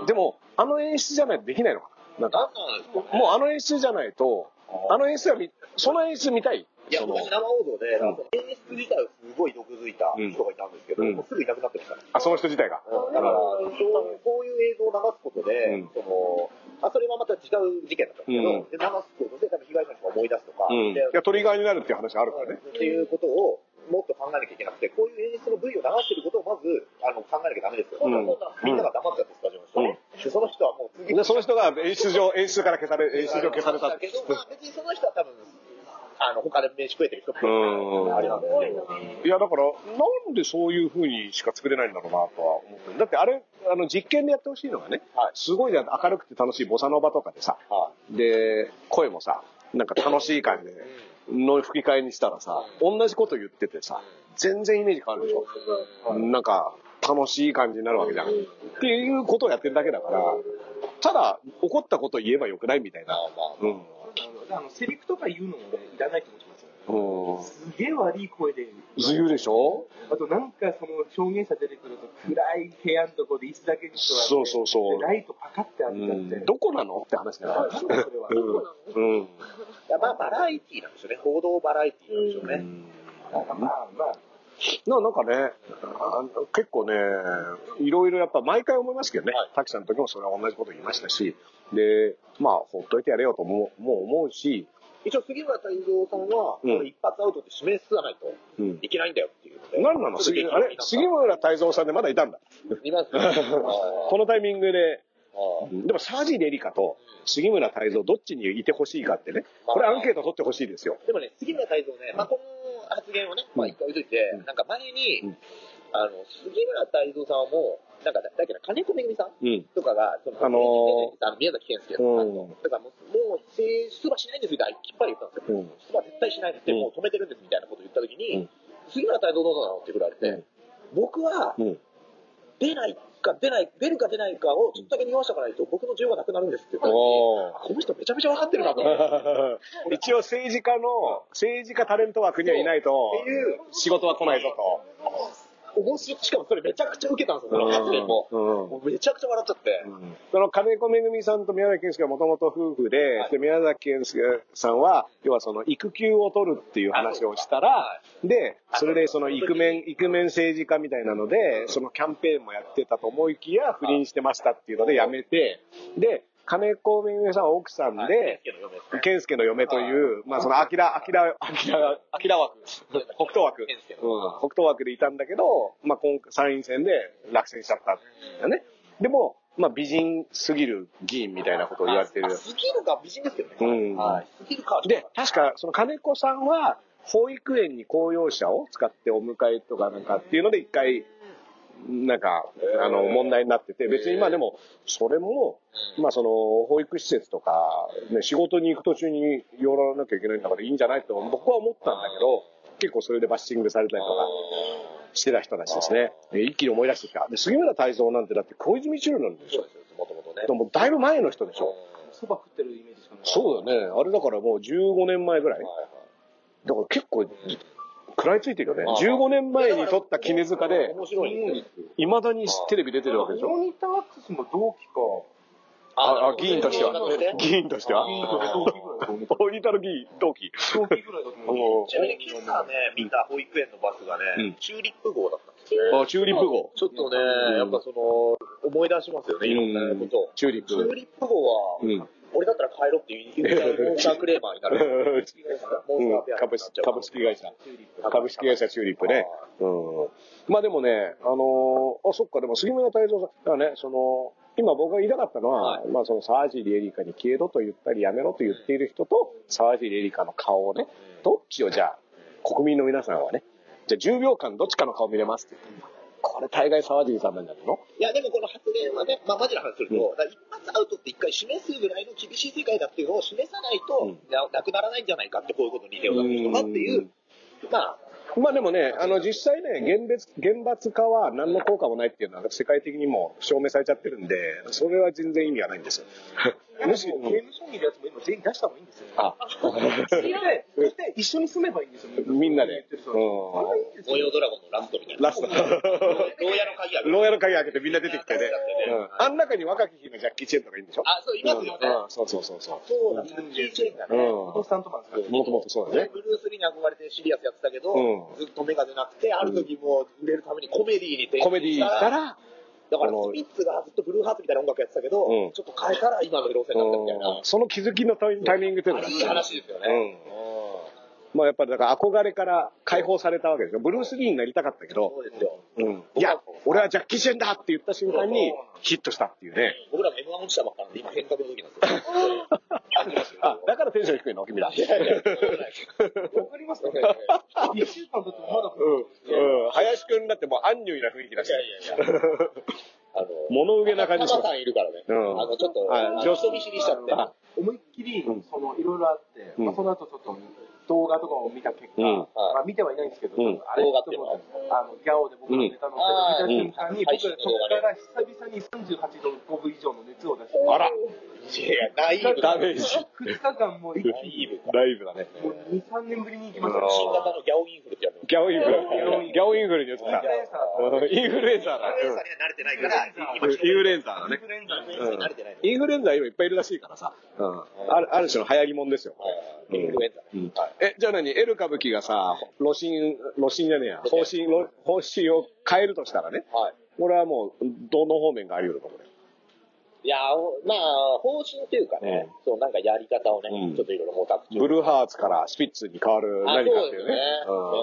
C: うん。でも、あの演出じゃないとできないのかな。なんか、
B: なんなんですか
C: もうあの演出じゃないと、あの演出は見、その演出見たい。
B: いや、
C: その
B: 昔生王道で、なんか演出自体はすごい毒づいた人がいたんですけど、
C: うん
B: もうすぐいなくなってましたね。
C: あ、その人自体が。
B: だから、そうこういう映像を流すことで、
C: うん
B: そのあそれはまた違う事件だったんですけど、で流すことで多分被害者の人が思い出すとか、
C: うん。い
B: で
C: や、トリガーになるっていう話あるからね。
B: っていうことをもっと考えなきゃいけなくて、こういう演出の部位を流してることをまずあの考えなきゃダメですよ。
D: そうだ
C: うん
D: そうだ。
B: みんなが黙っちゃって、スタジオの人、ねでその人はもう次
C: で、その人が演出上、演出から消され、演出上消されたって
B: けど、まあ、別にその人は多分、あの他で飯食えてる人って
C: うん
B: あれなんです
D: ごい
B: す
D: な
B: よ。。
C: いや、だから、なんでそういう風にしか作れないんだろうなとは思ってるだってあれ、あの、実験でやってほしいのがね、
B: はい
C: すごいじゃん明るくて楽しいボサノバとかでさ、
B: は
C: で、声もさ、なんか楽しい感じで、の吹き替えにしたらさ、同じこと言っててさ、全然イメージ変わるでしょ。なんか、楽しい感じになるわけじゃん。っていうことをやってるだけだから、ただ、怒ったことを言えばよくないみたいな。
B: まあまあ
C: うん。
F: あの、セリフとか言うのもね、いらないと思ってますよ。
C: うん。
F: すげえ悪い声で。
C: 言うでしょ
F: あとなんかその表現者出てくると暗い部屋のとこで椅子だけに座って。
C: そうそうそう
F: でライトパカって
C: う
F: 当てちゃって。
C: ん。どこなのって話だ
F: あ
C: よ
F: なんだそれは。
C: うん。うん。
B: いやまあ、バラエティーなんですよね。報道バラエティーなんですよ
C: う
B: ね。
C: ん
F: なんかまあまあ。
C: ななんかね、あの結構ね、いろいろやっぱ毎回思いますけどね、滝さんの時もそれは同じこと言いましたし、で、まあ、ほっといてやれよとももう思うし、
B: 一応、杉村太蔵さんは、
C: うん
B: この一発アウトって示すわないと
C: うん。
B: いけないんだよっていうので。
C: なんなの
B: ちょっと
C: 杉
B: 激
C: あれ杉村太蔵さんでまだいたんだ。
B: います ね。
C: このタイミングで、
B: あー
C: でもサージ・レリカと杉村太蔵、どっちにいてほしいかってね、これアンケート取ってほしいですよ。
B: でもね、杉村太蔵ね、まあ、この発言をね、まあ、一回置いといて、なんか前に、
C: うん
B: あの、杉村太蔵さんはもう、なんか、だだっけど、金子めぐみさん
C: うん。
B: とかが、その、
C: あのー
B: あの宮崎健介
C: う
B: さん
C: ん。
B: だからもう、もう、せ出馬しないんですみたいな、きっぱり言ったんですよ。
C: うん。
B: 出馬絶対しないって、
C: うん
B: もう止めてるんですみたいなこと言ったとき
C: う
B: に、
C: ん
B: 杉村太蔵どうなのって言われて、僕は、
C: うん。
B: 出ないか出ない、出るか出ないかをちょっとだけ匂わしておかないと、僕の需要がなくなるんですって言った時に
C: おー
B: あこの人めちゃめちゃ分かってるなと思って。
C: 一応政治家の、政治家タレント枠にはいないと、
B: っていう
C: 仕事は来ないぞ
B: 面白いしかもそれめちゃくちゃ受けたんです
C: と。
B: よ、この発言も。
C: うん
B: もうめちゃくちゃ笑っちゃって。
C: その金子めぐみさんと宮崎健介はもともと夫婦で、
B: はい
C: で宮崎健介さんは、要はその育休を取るっていう話をしたら、で、それでそのイクメン、イクメン政治家みたいなので、そのキャンペーンもやってたと思いきや、不倫してましたっていうので辞めて、で、金子めぐみさんは奥さんで、健介の嫁という、まあその、アキラ、アキラ、アキラ、アキラ枠、北東枠、
B: 健介の
C: うん、北東枠でいたんだけど、まあ今回参院選で落選しちゃったんだよね。でも、まあ美人すぎる議員みたいなことを言われてる
B: あ。スキルが美人ですけどね。
C: うん
B: はい。スキルか。
C: で、確かその金子さんは、保育園に公用車を使ってお迎えとかなんかっていうので一回、なんか、あの、問題になってて、別にまあでも、それも、まあその、保育施設とか、ね、仕事に行く途中に寄らなきゃいけないんだからいいんじゃないと僕は思ったんだけど、結構それでバッシングされたりとかしてた人たちですね。で一気に思い出してきた。で、杉村太蔵なんてだって小泉チルなんでしょ
B: そうですよ、もともとね。
C: でもだいぶ前の人でしょ
F: そば食ってるイメージしかない。
C: そうだよね。あれだからもう15年前ぐらい。だから結構、食らいついてるよね
B: あ。あ
C: 15年前に撮った絹塚で、
B: 面白いんですよ。
C: 未だにテレビ出てるわけでし
F: モ
C: ょ
F: ニターアクセスも同期か。
C: ああ、議員としては
B: なるほどね。
C: 議員としては
F: 議員とか同期ぐらいだと思う。
C: 大分の議員、同期。
F: 同期ぐらいだと思う。
C: も
B: ちなみに今朝ね、見た保育園のバスが
C: うん
B: ね、チューリップ号だったんです
C: う
B: ね。
C: あチューリップ号。
B: ちょっとね、
C: うん
B: やっぱその、思い出しますよね、いろんなことを。
C: チューリッ
B: チュー
C: プ。
B: リップ号は、
C: うん。
B: 俺だったら帰ろって言っちゃうモンスタークレーマーになる。モンスターペアになっ
C: 株
B: ちゃ
C: 式
B: う
C: 株式会社。 株式会社チューリップね。うん。まあでもね、あのーあ、そっか、でも杉村太蔵さん、だからね、その、今僕が言いたかったのは、まあそのサージリエリカに消えろと言ったりやめろと言っている人と、サージリエリカの顔をね、どっちをじゃあ、国民の皆さんはね、じゃあ10秒間どっちかの顔見れますって言ってこれ大概サージリさんなんじゃないの
B: いや、でもこの発言はね、まあ、マジな話すると、
C: うん
B: だから一発アウトって一回示すぐらいの厳しい世界だっていうのを示さないと、
C: う
B: ななくならないんじゃないかって、こういうことに手を出す人がっていう、まあ、
C: まあでもね、あの実際ね、厳罰厳罰化は何の効果もないっていうのは世界的にも証明されちゃってるんで、それは全然意味がないんですよ。むしろ、
F: 刑務所にいるやつも今全員出した方がいいんですよ。
C: あ、
F: で大体一緒に住めばいいんですよ。
C: みんなで
F: 言ってる人
C: う
F: は
C: ん
F: あれはいいんです
B: 模
F: よ。
B: 様ドラゴンのラストみたいな。
C: ラ スト。
B: 牢屋の鍵や
C: 牢屋の鍵開けてみんな出てきてね。うん。あん中に若き日のジャッキー・チェンとかいるんでしょ
B: あ、そう、いますよね。
C: うんそうそうそうそ
B: そうなんですよ。キーチェーンが
C: う。う
B: ね。
F: お父
C: ん。
F: さんとマンですか
C: もともとそうだ
B: で
C: ね。
B: ブルース・リーに憧れてシリアスやってたけど、
C: うん
B: ずっと目が出なくて、ある時もう売れるためにコメディーに転
C: コメディー行った
B: ら、
C: ら、
B: だから
C: あの
B: スピッツがずっとブルーハーツみたいな音楽やってたけど、
C: うん
B: ちょっと変えたら今の路線になったみたいな。
C: うんその気づきのタイタイミングっていうの
B: あ
C: が
B: れいい話ですよね。
C: うん。まあやっぱりだから憧れから解放されたわけでしょ。ブルース・リーになりたかったけど
B: そ、うですよ。
C: うん。いや、俺はジャッキー・チェンだって言った瞬間にヒットしたっていうね。
B: 僕らが M1 落ちたばっかなんで、今変革の時なんですよ。
C: あ、だからテンション低いの君ら。
F: わかりますかね一週間だとまだ、
C: うん。うん。林くんだってもう安ュイな雰囲気だし。
B: いやいやいや。あの、
C: 物憂げな感じし
B: 仲間
C: た
B: さんいるからね。
C: うん
B: あの、ちょっと、
C: はい
B: あの人見知りしちゃって。
C: あ
F: 思いっきり、その、いろいろあって、
C: うん
F: まあ、その後ちょっと、動画とかを見た結
C: う
F: 果、
C: ん
F: まあ見てはいないんですけ
C: う
F: ど、
C: ん
F: あれ
B: 動画っていうのは
F: あの、ギャオで僕のネタの
B: うん
F: 見た瞬間に、
B: あー
F: 僕はそこから久々に38度5分以上の熱を出して、
D: あら。
B: いやいや、大丈夫。
C: ダメージ。
F: 2日間もう一気
B: 大
F: に、
B: 丈夫。
C: ライブだね。
F: もう2、3年ぶりに行きました。
B: 新型のギャオインフルってやつ。
C: ギャオインフル。ギャオインフルによって
F: イン
C: さ
F: フ、ルエンサーと
C: インフルエンザだ。
B: インフルエンザには慣れてないから、今
C: うんインフルエンザだ
F: イン
C: ね。
F: フルエンザ
B: インフルエンザに慣れてないの。
C: インフルエンザ今いっぱいいるらしいからさ、うん。あるある種の流行りもんですよ。
B: インフルエンザ。
C: うんえ、じゃあ何エル歌舞伎がさ、露心、露心じゃねえや、方針、ろ方針を変えるとしたらね、
B: はい。
C: これはもう、どの方面があり得ると思うね。
B: いやー、まあ、方針というかね、そう、なんかやり方をね、
C: うん
B: ちょっといろいろ模索中。
C: ブルーハーツからスピッツに変わる
B: あ、
C: 何か
B: そ
C: っ
B: う
C: て
B: で
C: い
B: す
C: う
B: ね
C: ね。。うん
B: うん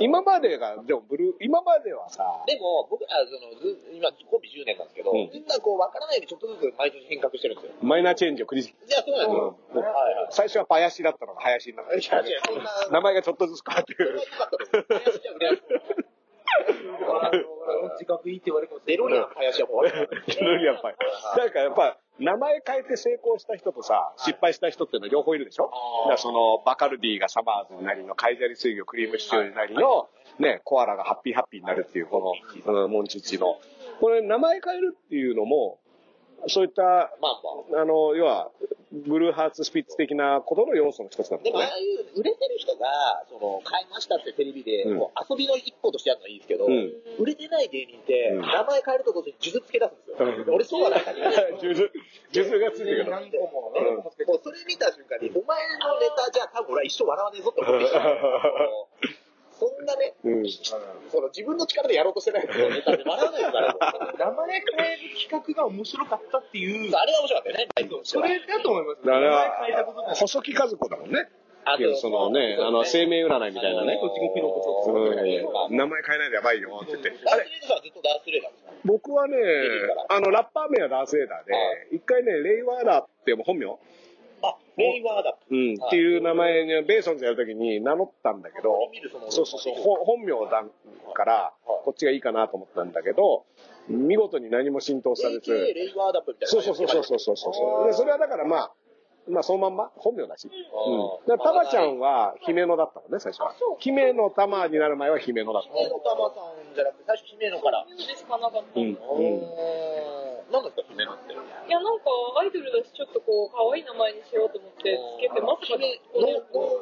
C: 今までが、でもブルー、今まではさ、
B: でも、僕ら、その、ず今、コンビ10年なんですけど、
C: うん
B: みんなこう、わからないでちょっとずつ毎年変革してるんですよ。
C: マイナーチェンジを繰り返
B: じゃあ、そうなんですよ。
C: うん
B: はいはい。
C: 最初は林だったのが林になっ
B: いや、違う
C: た。、
B: そんな、
C: 名前がちょっとずつ変わってく
B: それは
C: る。
B: 良かったです。林じゃ売 れない
F: あの自覚いいって言われるかもしれ
B: デ
F: ない。
B: ロリアンの林はもう悪かったですね、
C: やっぱり。なんかやっぱ、名前変えて成功した人とさ、失敗した人っていうのは両方いるでしょ
B: あー
C: だからその、バカルディがサマーズになりの、カイザリ水魚クリームシチューになりの、ね、コアラがハッピーハッピーになるっていう、この、うんモンチッチの。これ、名前変えるっていうのも、そういった、
B: まあまあ。
C: あの、要は、ブルーハーツスピッツ的なことの要素の一つなんだ
B: で
C: よ
B: も、あ
C: ね
B: あ。いう、売れてる人が、その、買いましたってテレビで、
C: うん
B: こう遊びの一個としてやるのはいいですけど、
C: うん
B: 売れてない芸人って、
C: うん
B: 名前変えると同時に数珠つけ出すんですよ。
C: うん
B: 俺、そうはないんだけど。
C: 数珠、数珠がついてるから。
F: 何個も何個もつけて
B: もうそれ見た瞬間に、お前のネタじゃ多分俺は一生笑わねえぞって思ってきた。そんなね、
C: うん
B: その自分の力でやろうとしてないことをネタで笑わないから、もう
F: 名前変える企画が面白かったっていう、
B: あれが面白かったよね、内藤
F: それだと思います。
C: だか
F: 名前変えたこと
C: ら、
F: が
C: 細木和子だもんね。
B: あ
C: いやそのね、あの、生命占いみたいなね。
F: 栃木ピロコ
C: う
F: と
C: ん
B: うん
C: 名前変えないでやばいよって言って。
B: ダースレーダーさんはずっとダースレーダーですよ。
C: 僕はね、あの、ラッパー名はダースレーダーで
B: は、
C: 一回ね、レイワーダーって本名
B: あ、レイワーだ。
C: うん、っていう名前に、ベーソンズやるときに名乗ったんだけど、そうそうそう、ほ本名だから、こっちがいいかなと思ったんだけど、見事に何も浸透され
B: AK
C: ず、
B: レイワーダップみたいな。
C: そうそうそうそうそうそうそう。で、それはだからまあ、まあそのまんま、本名だし。うん。だから、タマちゃん
B: は。
C: は姫野だったもんね、最初は
D: あそう。
C: 姫野タマになる前は姫野だった。
B: 姫野玉さんじゃなくて、最初姫野から。
D: そういうのしかなかった。
C: う
D: い
C: ん。うん。
B: うん。なんですか、姫野って。
D: や、なんか、アイドルだし、ちょっとこう、可愛い名前にしようと思って、つけて、まさか、
B: 姫
D: これ、こ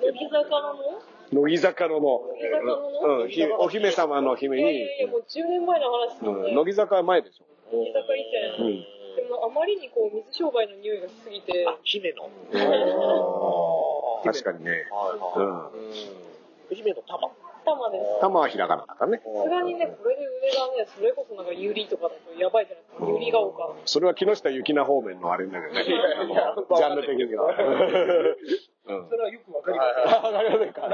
D: う、乃木坂のの
C: 乃木坂のの、
D: 乃木坂のの
C: うん、ひお姫様の姫
D: いやい
C: に、
D: やいや、もう10年前の話なん
C: う
D: で、
C: ん、
D: 乃
C: 乃木坂は前でしょ。
D: 木坂以前。
C: うん。
D: でも、あまりにこう、水商売の匂いがしすぎて、
B: あ、姫野。
C: 確かにね。う
B: は
C: ん。
B: い。姫野玉。
D: 頭です。
C: タマはひらがなだからね。
D: さすがにね、これで上がね、それこそなんか、ユリとかだとやばいじゃないですか。ユリが丘。
C: それは木下ゆきな方面のあれだけどね。
B: やいや
C: ジャンル的に は。うん
F: そ。れはよくわかりま
B: はい
C: あ、なるほど
B: 高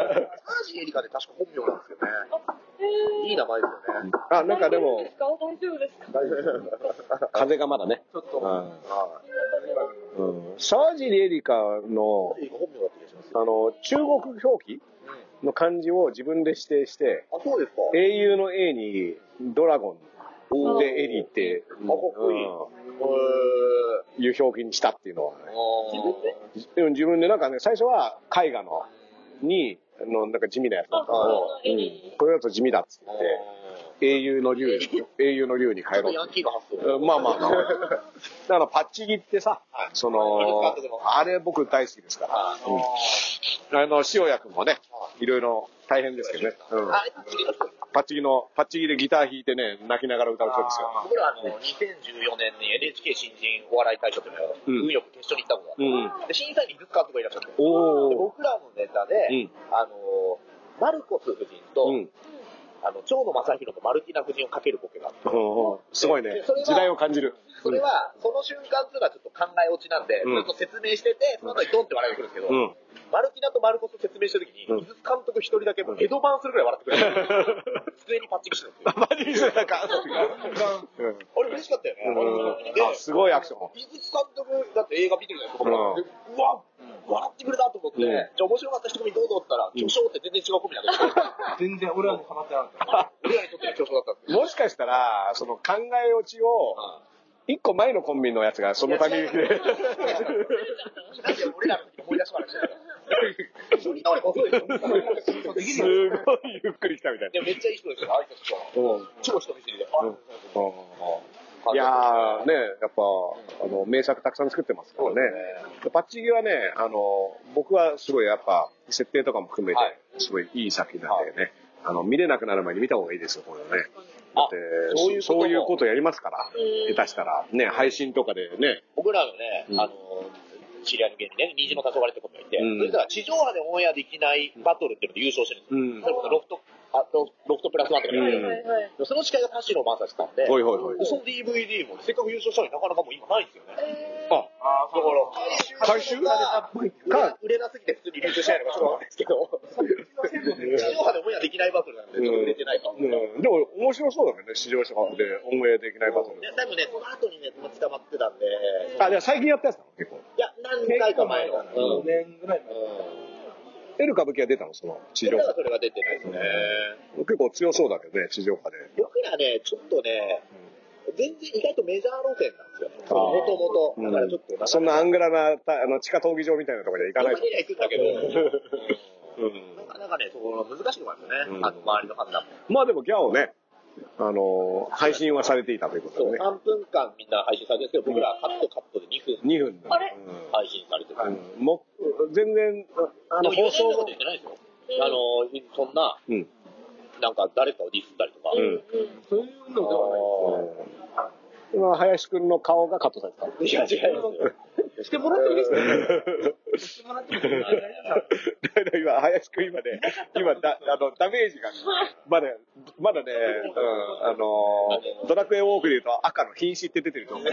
B: 橋エリカで確か本名なんですよね。
D: あ、えー。
B: いい名前ですよね。
C: か。あ、なんかでも
D: 大、丈夫ですか大丈夫ですか
B: 大丈夫です。
C: 風がまだね。
F: す。ちょっ
C: う
F: と、
C: ん。うん。沢尻エリカの、
B: 本名だった気がしますよ。
C: あの、中国表記の漢字を自分で指定して、
B: あ、そうですか。
C: 英雄の A にドラゴンでエリーって、
B: あ、かっこいい。へー
C: うんいう表記にしたっていうのはね、
D: 自分で
C: でも自分でなんかね、最初は絵画の、に、あの、なんか地味なやつだったのを、
D: あ絵に
C: うんこれだと地味だっつっ
B: あー
C: て、英雄の竜、英雄の竜に
B: ちょ
C: 変え
B: っとヤ
C: ろ
B: ンキーの発想。
C: うんまあま あまあ。だからパッチギってさ、その
B: はい、
C: あれ僕大好きですから、うんあの、塩谷くんもね、いろいろ大変ですけどね、うん
B: あれ、次の人ですか
C: パッチギの、パッチギでギター弾いてね、泣きながら歌う人ですよ。
B: 僕ら、あの、2014年に NHK 新人お笑い大賞というのを、
C: うん
B: 運よく決勝に行ったこと
C: う
B: が
C: ん。
B: あって、で審査員にグッカーとかいらっしゃって、で
C: おー。
B: 僕らのネタで、
C: うん
B: あの、マルコス夫人と、
C: うん。
B: あの、蝶野正弘とマルティナ夫人をかけるボケがあって、
C: うんすごいね
B: それ。は
C: 時代を感じる。
B: それは、その瞬間っていうのはちょっと考え落ちなんで、
C: うん
B: ずっと説明してて、その後にドンって笑いが来るんですけど、
C: うん。
B: マルキナとマルコスを説明した時に、
C: うん
B: 井筒監督一人だけもう江戸版するぐらい笑ってくれる。机にパッチキしてるんですよ。
C: マジでなんか、うん
B: 俺嬉しかったよね。
C: うん
B: で
C: あ、すごいアクション。
B: 井筒監督だって映画見てるじゃないですか、僕ら。
C: うん
B: でうわ笑ってくれたと思って、
C: うん
B: じゃあ面白かった人組どうぞって言ったら、巨匠って全然違うコミなんですよ。
F: 全然俺らもハマってなかった。
B: 俺ら にとっての巨匠だったんですよ。
C: もしかしたら、その考え落ちを、一個前のコンビのやつがそのタイミングで。
B: なんで俺らの時思い出し話してたの一緒に倒れば遅いですよ。
C: すごいゆっくり来たみたい
B: でもめっちゃいい人ですよ、挨拶とか。
C: な。うん。
B: 超人見知りで。
C: うんいやーね、やっぱ、あの、名作たくさん作ってますからね。パッチギはね、あの、僕はすごいやっぱ、設定とかも含めて
B: はい、
C: すごいいい作品なんでね、あの、見れなくなる前に見た方がいいですよ、これね。だ
B: あ
C: って
B: そういうことも
C: そ、そういうことやりますから、
D: うん
C: 下手したら、ね、配信とかでね、
B: 僕らのね、
C: うん
B: あの、知り合いの芸人ね、虹の黄昏ってことがいて、
C: うん
B: そしたら地上波でオンエアできないバトルっていうので優勝してるんですよ。
C: うん
B: それこそロフト、あロフロフトプラスワンとか
D: は
B: や
D: い
B: る
D: は
B: んです
D: い
B: よ
D: はい。
B: その司会が田代正史さんで、
C: ほいほいほい。
B: その DVD もせっかく優勝したのになかなかもう今ないんですよね。
D: えー
C: あ、
F: ああ、
B: だから、
C: 回収
B: が
C: か
B: 売れなすぎて普通に流通しないのかちょっとわかんないですけど、地上波でオンエアできないバトルなんで、ちょっと売れてないかも。
C: うん、でも面白そうだけどね、市場所でオンエアできないバトル。
B: ねでもね、その後にね、もう捕まってたんで、
C: あ、じゃあ最近やったやつなの結構。
B: いや、何回か前の。うん
F: 5年ぐらい前。
C: エル歌舞伎は出たのその地上
B: だから
C: 波。
B: それは出てないですね。
C: 結構強そうだけどね、地上波で。
B: 僕らね、ちょっとね、全然意外とメジャー路線なんですよ。
C: あー
B: もともと。だからちょっと、
C: そんなアングラなたあの地下闘技場みたいなところには行かない
B: たま
C: と
B: には行くんだけど、
C: うん
B: なかなかね、そこが難しいところなんですよ
C: う
B: ね。
C: ん
B: あの、周りの判断も。
C: まあでもギャオね、あのー、配信はされていたということ
B: そう、
C: でね。
B: 3分間みんな配信されてるんですけど、僕らカットカットで2分
C: 2分の
D: あれ
B: 配信されてる。
C: うんもう全然、あの、
B: でも
C: 放送
B: 有名なこと
C: も
B: 言っ。てないですよ。
D: うん
B: あの、そんな、
C: うん。
B: なんか誰かをディスったりとか。
D: うんんうん
F: そういうのではない。
C: うん今、林くんの顔がカットされてた。
B: いや、違いますよ。
F: してもらってもいいですかしてもらってもいいですか
C: だから今、林くん今ね、今だ、あの、ダメージが、まだ、まだね、うん、あのー、ドラクエウォークで言うと赤の瀕死って出てると思う。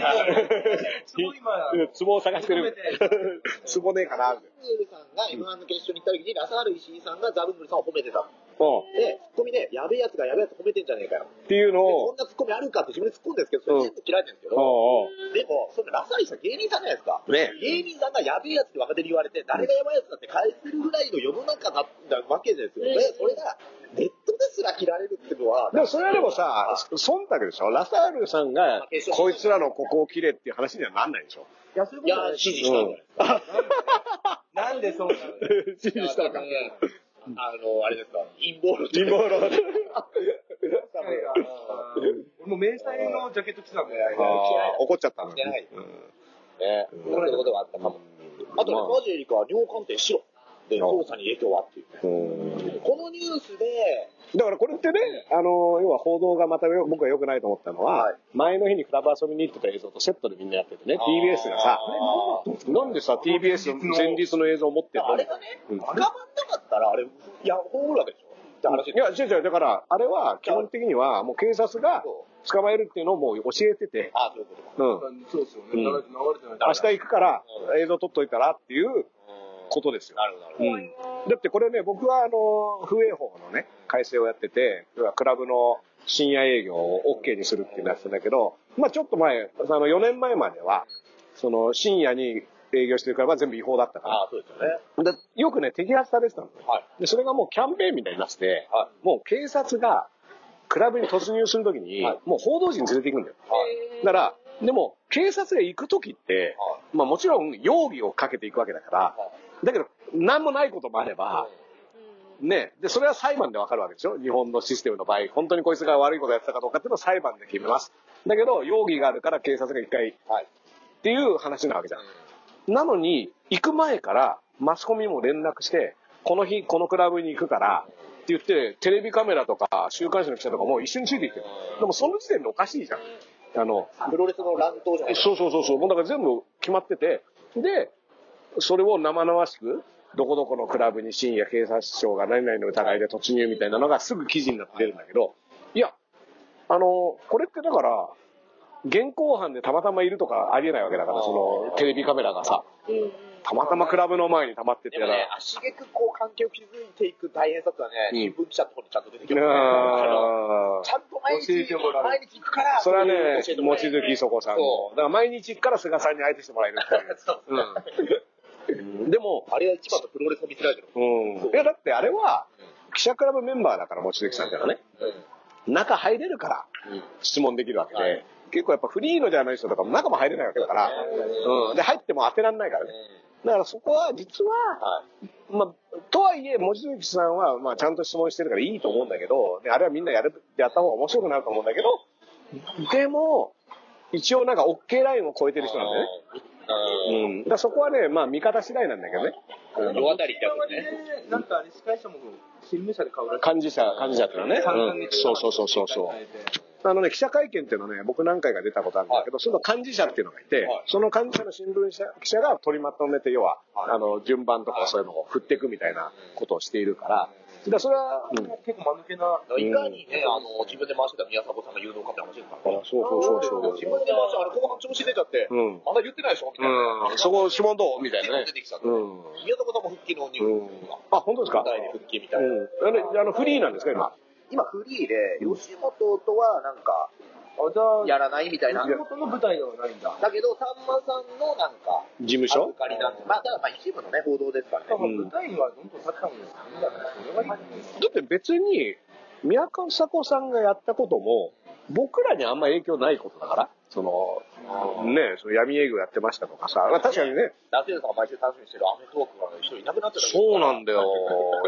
F: すごい今、
C: ツボを探して る。ツボねえかな、みたいな。
B: ズールさんが M1 の決勝に行った時に、ラサール石井さんがザブングルさんを褒めてた。
C: うん
B: で、ツッコミで、やべえやつがやべえやつ褒めてんじゃねえかよ。
C: っていうの
B: で
C: を
B: こん、なツッコミあるかって自分で突っ込んでるんですけど、それ全部嫌いなんですけ
C: う
B: ど、
C: ん
B: でも、そのラサール石井さん芸人さんじゃないですか。
C: うん。ね
B: 芸人さんがやべえやつって若手に言われて、誰がやばいやつだって返せるぐらいの世の中だったわけですよ。
D: うん
B: で、それが、ネットですら切られるってのは、
C: でもそれはでもさ、忖度でしょラサールさんが、こいつらのここを切れっていう話にはなんないでし ょ
B: いや、指示したんじゃないですか。
F: なんでそうなの
C: 支持したのか
B: い。やだからあの、あれですか、陰謀論。
C: 陰 謀論。
F: 俺も迷彩のジャケット着てたんで、
C: ああ、怒っちゃったの。
B: してない
C: うん
B: ね、そういうことがあったかも。あとね、マジエリカは尿鑑定しろ。で、捜査に影響はっていう。
C: うん
B: このニュースで、
C: だからこれってね、あの、要は報道がまたよ僕は良くないと思ったのは、
B: はい
C: 前の日にクラブ遊びに行ってた映像とセットでみんなやっててね、TBS がさ、
B: あー
C: なんでさ、TBS の前日の映像を持ってんの
B: あれがね、
C: うん
B: 捕まんなかったら、あれ、いや、こうなるわけでしょって話
C: いや、違う違う、だから、あれは基本的にはもう警察が捕まえるっていうのをもう教えてて、
B: ああ、そういうことか。
C: うん。
F: そうですよね。流れてない。
C: 明日行くから映像撮っといたらっていうことですよ。
B: なるほど、なるほ
C: う
B: ど。
C: ん、だってこれね、僕はあの、不衛法のね、改正をやってて、要はクラブの深夜営業を OK にするっていうのやってたんだけど、まあちょっと前、あの4年前までは、その深夜に営業してるクラブは全部違法だった
B: あ
C: か
B: あ、そうですよね。
C: ら、でよくね、摘発されてたのね。
B: はい。
C: で、それがもうキャンペーンみたいになってて、
B: は
C: もう警察がクラブに突入するときに、
B: はい
C: もう報道陣連れて行くんだよ。
D: えー
C: だから、でも、警察へ行くときって、
B: は
C: まあもちろん容疑をかけていくわけだから、だけど、何もないこともあれば、
D: うん
C: ね、で、それは裁判でわかるわけでしょ日本のシステムの場合、本当にこいつが悪いことやってたかどうかっていうのは裁判で決めます。だけど、容疑があるから警察が一回、
B: はい
C: っていう話なわけじゃん。なのに、行く前から、マスコミも連絡して、この日、このクラブに行くから、って言って、テレビカメラとか、週刊誌の記者とかも一緒についてきてる。でも、その時点でおかしいじゃん。あの、
B: プロレスの乱闘じゃないです
C: そ
B: か。
C: うそうそうそう。もうだから全部決まってて、で、それを生々しく、どこどこのクラブに深夜警察庁が何々の疑いで突入みたいなのがすぐ記事になって出るんだけど、いや、あの、これってだから、現行犯でたまたまいるとかありえないわけだから、そのテレビカメラがさ、
D: うんうん
C: たまたまクラブの前に溜まってて
B: で
C: な
B: もね、足げくこう関係を築いていく大変さってのはね、
C: うん
B: 新聞記者のところにちゃんと出て
C: う
B: きますね。あの
C: ーん
B: ちゃんと毎
F: 教え
B: 日、
F: てもらう
B: 毎日行くから、
C: それはね
B: 教えて、も
C: 望
B: らえる
C: 月磯子さんの
B: そ。
C: だから毎日行くから菅さんに相手してもらえるっていう。
B: そう
C: うんでも、
B: あれが一番のプロレスを見せられてる。
C: うん。いや、だってあれは、記者クラブメンバーだから、望月さんってのはね、中入れるから、質問できるわけで、
B: はい
C: 結構やっぱフリーのジャーナリストとかも中も入れないわけだから、うん。で、入っても当てらんないからね。だからそこは、実は、まあ、とはいえ、文字抜きさんは、まあ、ちゃんと質問してるからいいと思うんだけど、であれはみんなやる、やった方が面白くなると思うんだけど、でも、一応なんか OK ラインを超えてる人なんだよね。うん。だからそこはね、まあ、見方次第なんだけどね。
B: うん。世渡りってやつね。
F: ね、なんかあれ、司会者も新聞社で買うらしい。
C: 幹事者、幹事者ってのはね。うんそうそうそうそうそう。あのね、記者会見っていうのはね、僕何回か出たことあるんだけど、その幹事社っていうのがいて、
B: はい
C: その幹事社の新聞社記者が取りまとめて、要は、あの、順番とかそういうのを振っていくみたいなことをしているから、だからそれは、うん。あ、
F: 結構間抜けな。
B: いかにね、あの、自分で回してた宮迫さんが誘導かって話ですからね。
C: そうそうそうそう。
B: 自分で回して、あれ、後半調子出ちゃって、
C: うん。
B: まだ言ってないでしょみたいな。
C: うん。そこ、指紋どうみたいなね
B: 出。てきちゃって。
C: うん。
B: 宮迫さんも復帰のニ
C: うん
B: ュース
C: あ、
B: が。。
C: 本当ですか
B: 舞台で復帰みた
C: う
B: いな。
C: ん。あれ、あの、フリーなんですか、今。
B: 今フリーで、吉本とはなんか、
F: あ、じゃあ、
B: やらないみたいな。
F: 地元の舞台ではないんだ。
B: だけど、さんまさんのなんか、
C: 事務所
B: 預かりなんで、まあ、ただまあ一部のね、報道ですからね。
C: うん
F: 舞台はどんどん立ったんですよ。それがいいですね
C: だって別に、宮川迫さんがやったことも、僕らにあんま影響ないことだから、その、ね、その闇営業やってましたとかさ、まあ確かにね、
B: ラテルさんが毎週楽しみにしてるアメトークが人いなくなっちゃった。
C: そうなん だよ。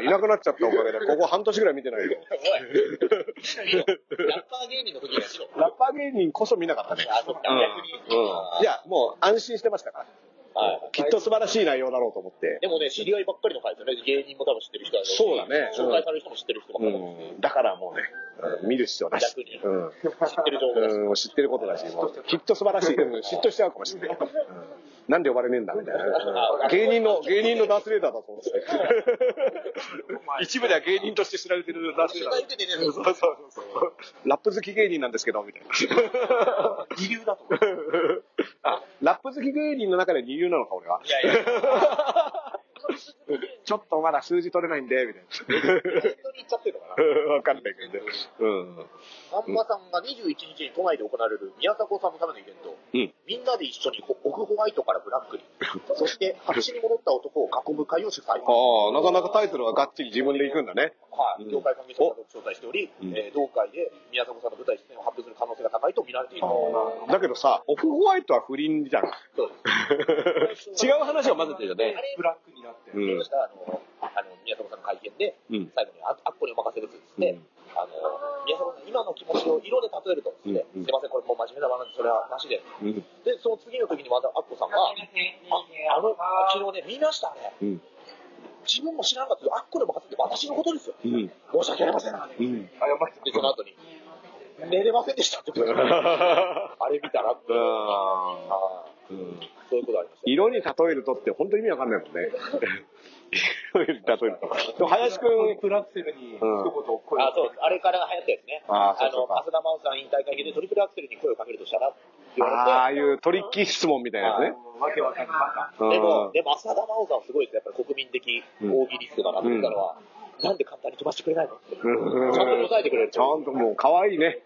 C: いなくなっちゃったおかげで、ここ半年ぐらい見てないよ。
B: おい。ラッパー芸人の時だしろ。
C: ラッパー芸人こそ見なかったね。
B: あ、そっか、逆に。
C: うん。いや、もう安心してましたから。
B: はい。
C: きっと素晴らしい内容だろうと思って。
B: でもね、知り合いばっかりの会ですよね。芸人も多分知ってる人だろし
C: そうだね
B: 紹介される人も知ってる人ばっかりだろうし
C: うん。だからもうね、うん見る必要なし
B: 逆に。
C: うん。
B: 知ってる情報だし。
C: うん、知ってることだし、もうきっと素晴らしい。うん嫉妬しちゃうかもしれない。うんなんで呼ばれねえんだみたいな。うん芸人の、芸人のダースレーダーだと思って。一部では芸人として知られてるダースレーダー。
B: 取材受けてねえのに
C: そうそうそう。ラップ好き芸人なんですけど、みたいな。
B: 理由だと思う。
C: あ、ラップ好き芸人の中で二流なのか、俺は。
B: いやいや、
C: ちょっとまだ数字取れないんで、みたい
B: 本当に言っちゃってるのかな。
C: な。わかんないけどね。うん。
B: さんまさんが21日に都内で行われる宮迫さんのためのイベント、
C: うん
B: みんなで一緒にホオフホワイトからブラックに、そして白紙に戻った男を囲む会を主催。
C: ああ、なかなかタイトルはがっちり自分で行くんだね。
B: はい、業界関係者などを招待しており、
C: うん
B: えー同会で宮迫さんの舞台出演を発表する可能性が高いと見られている。
C: だけどさ、オフホワイトは不倫じゃん。
B: そうです
C: 違う話を混ぜてるよね
B: あ。れ
F: ブラックになって。
C: う
B: そ
C: ん
B: うし。たらあの、あの、宮迫さんの会見で、
C: うん
B: 最後にあ、あっこにお任せですっつって、
C: うん
B: あの、宮迫さん、今の気持ちを色で例えるとっつって、
C: うんうん
B: すいません、これもう真面目な話なんで、それはなしで。
C: うん。
B: で、その次の時にまたアッコさんが、あ、あの、昨日ね、見ましたね。
C: うん
B: 自分も知らなかったけど、アッコで任せて私のことですよ。
C: うん。
B: 申し訳ありません。で、
C: うん。
B: その後に、寝れませんでしたって言ってましたあれ見たらって。あー
C: うん
B: そういうことありました。
C: 色に例えるとって本当に意味わかんないもんね。色に例えると。でも林くん、
F: プラクセルに一言声
B: あ、そうです。あれからが流行ったやつね。
C: あーそうそう
B: の、浅田真央さん引退会見でトリプルアクセルに声をかけるとしたらって言
C: ああ
B: われて、
C: いうトリッキー質問みたいなや
F: わけわかんないバ
C: つね。
B: でも、でも浅田真央さんすごいです。やっぱり国民的大喜利ストだなと思ったのは、なんで簡単に飛ばしてくれないのって。ち
C: うん、
B: ゃんと答えてくれる。
C: ちゃんともう可愛いね。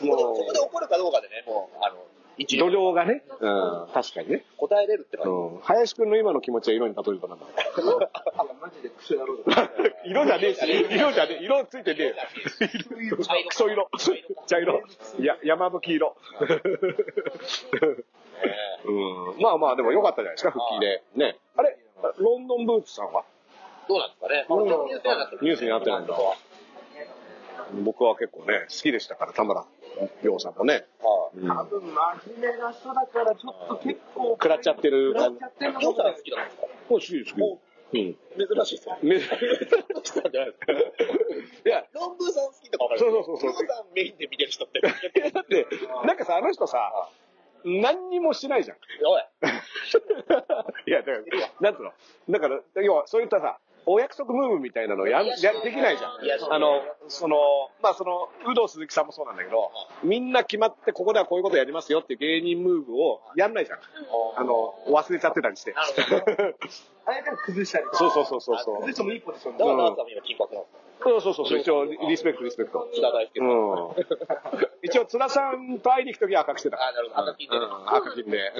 B: そこでそこで怒るかどうかでね、もう、あの、一
C: 度
B: 応
C: 量がね。うん、確かにね。
B: 答えれるってのは、
C: うん。林くんの今の気持ちは色に例えるとなんだろう
F: カ。いや、マジでクソ野郎だ。
C: 色じゃねえし、色じゃねえ、色ついてねえよ。クソ色。茶色。や、山吹色。うん。まあまあ、でも良かったじゃないですか、復帰で。ね。あれロンドンブーツさんは
B: どうなんですかね。
C: うん
B: ニュースにはなってる
C: ニュースになってるんだ
B: は
C: 僕は結構ね、好きでしたから、田村亮さんもね。
B: い。
F: 多分真面目な人だから、ちょっと結構。
C: 食らっちゃってる感じ。
F: てる
B: ヨウさん好きなんですか
C: 欲しいですけど。うん。
B: 珍しいですね。
C: めい
B: ヨウさんじゃないですか。
C: や、
B: 論文さん好きとかわかる。
C: そうそうそうそう
B: ロンブーさんメインで見てる人って。
C: いやだって、なんかさ、あの人さ、何にもし ないじゃん。
B: おい。
C: いや、だから、なんつうのだから、要は、そういったさ、お約束ムーブみたいなのやんやできないじゃ。
B: いやそうん
C: あの、その、まあ、その、有働鈴木さんもそうなんだけど、みんな決まってここではこういうことやりますよっていう芸人ムーブをやんないじゃん。あの、忘れちゃってたりして。
B: なるほ
F: あれから崩したりと か。
C: そうそうそうそうそう。
F: 崩してもいいポジション
B: だ
F: だ。
B: からダンさんも今金髪なんですか
C: そうそうそうそう、一応、リスペクト、リスペクト。
B: 津田大輔
C: う
B: さん。
C: ん。一応、津田さんと会いに行くときは赤くしてた。
B: あ、なるほど。赤金で
C: う
B: ね。
C: ん、赤金で。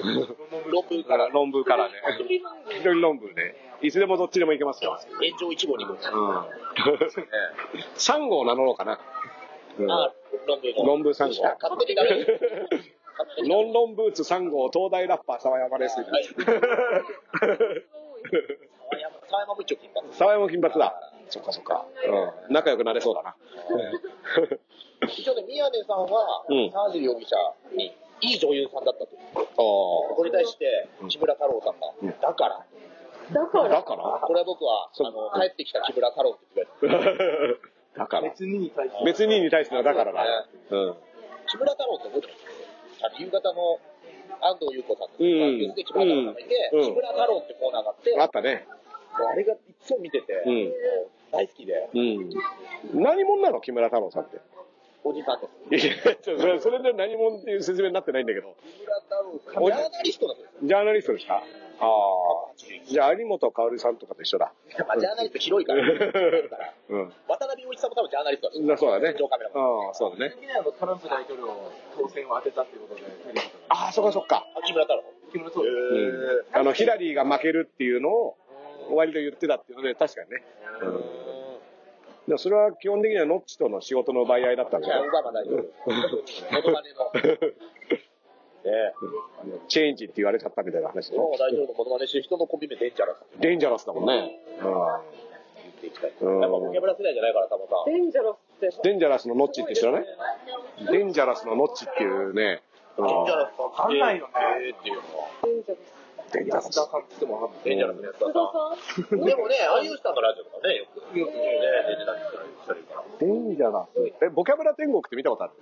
B: 論文から炎
C: 論文からね。一人論文で。いつでもどっちでも行けますよ。
B: 上一号に行くんです
C: うん。
B: ね。
C: 3号を名乗ろうかな。うん
B: あ、論文
C: 論文3号。
B: 勝手にダメです。勝手に
C: ロンロンブーツ3号、東大ラッパー、沢山です。
B: はい
D: すごい
B: 沢山沢沢山も一応金髪。
C: 沢山も金髪だ。そっかそっか。うん。仲良くなれそうだな。
B: 一応ね、宮根さんは、
C: うん
B: 沢尻容疑者に、いい女優さんだったと。
C: あ
B: これに対して
C: うん、
B: 木村太郎さんが、
C: うん
B: だから、
D: だか
C: あ。だ
D: ら、
C: から
B: これは僕は、
C: そう
B: あの、帰ってきた木村太郎って言ってくれ
C: だから。
F: 別にに対して。
C: 別にに対してのだからだ。うん。
B: た。木村太郎って覚えてますあの、夕方の安藤優子さんの、
C: うん
B: で木村太郎さんがいて、
C: うん
B: 木村太郎ってコーナーがあって、
C: あったね。
B: あれがいつも見てて、
C: うん。
B: 大好きで、
C: うん。何者なの木村太郎さんって。
B: おじさんです。
C: いやいやちょそれそれで何者っていう説明になってないんだけど。
B: 木村太郎さん、ジャーナリストなんですよ。
C: ジャーナリストですかああ。じゃあ、有本香織さんとかと一緒だ。
B: まあ、ジャーナリスト広いから、だから
C: うん。
B: 渡辺陽一さんも多分ジャーナリストなんです
C: だそうだね。
B: 上カメラマン
C: ああ、そうだね。
F: にあのトランプ大統領の当選を当てたっていうことで、
C: ああ、そっかそっか。
B: あ木村太郎。
F: 木村総理。
C: うんあの、ヒラリーが負けるっていうのを、割と言ってたっていうので、確かにね。でもそれは基本的にはノッチとの仕事の奪い合いだったん
B: い
C: だ
B: や、
C: よ
B: オ。バマ大統領。元マネの。
C: チェンジって言われちゃったみたいな話で
B: オ。バマ大統領の元マネしてる人のコンビ名デンジャラスって
C: デンジャラスだもんね。
B: 言っていきたい。やっぱ
C: うん
B: ボキャブラ世代じゃないから、たまた。
D: デンジャラスって。
C: デンジャラスのノッチって知らないデンジャラスのノッチっていうね、あの
B: ラスわかんないよね。えーっていうのは。
D: デンジャラス。
C: デンジャラス。
F: さんって言ってもわかんない。
B: デンジャラスのやつだ
D: 須
B: な。
D: 田さん
B: でもね、ああいう人のラジオとかね、よく。
F: よく
B: ね、出てたりしたりとか。
C: デンジャラス。え、ボキャブラ天国って見たことある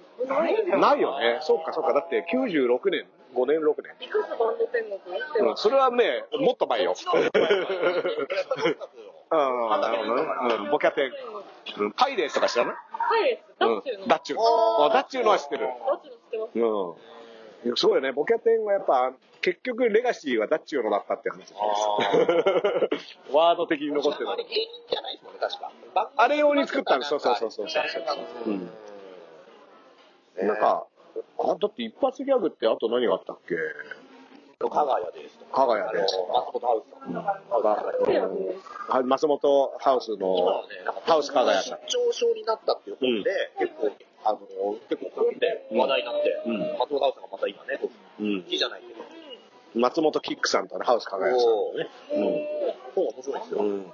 C: ないよね。そっかそっか。だって96年、5年、6年。
D: 生かすバンド天国って
C: うん、それはね、もっと前よ。 うん、なるほどね。うん、ボキャテン。うんパイレースとか知らない
D: パイレーツ、ダッチュー
C: う
D: の。
C: んダッチュー。あ、ダッチューのは知ってる。
D: ダッチューの知ってます。
C: うん。そうよね。ボキャテンはやっぱ、結局レガシーはダッチューのだったって話。 ワード的に残ってる
B: あ。れ芸人じゃないですもんね、確か。番組
C: あれ用に作ったんです。そうそうそうそうそうそう。うん。なんか、あだって一発ギャグってあと何があったっけ
B: 香川屋ですとか。
C: 香川屋です
B: あの松本ハウス
C: はい、松本ハウス
B: さん。今
C: の
B: はね、なんか、
C: ハウス香川屋さん。
B: 出張症になったっていうことで、結構、あの、結構混んで話題になって、
C: うん
B: 松本ハウスがまた今ね、こう
C: うん
B: 好。きじゃないけど、
C: 松本キックさんとね、ハウス香川屋さんのね。
B: そう面白いです
C: う
B: よ。
C: ん。うん。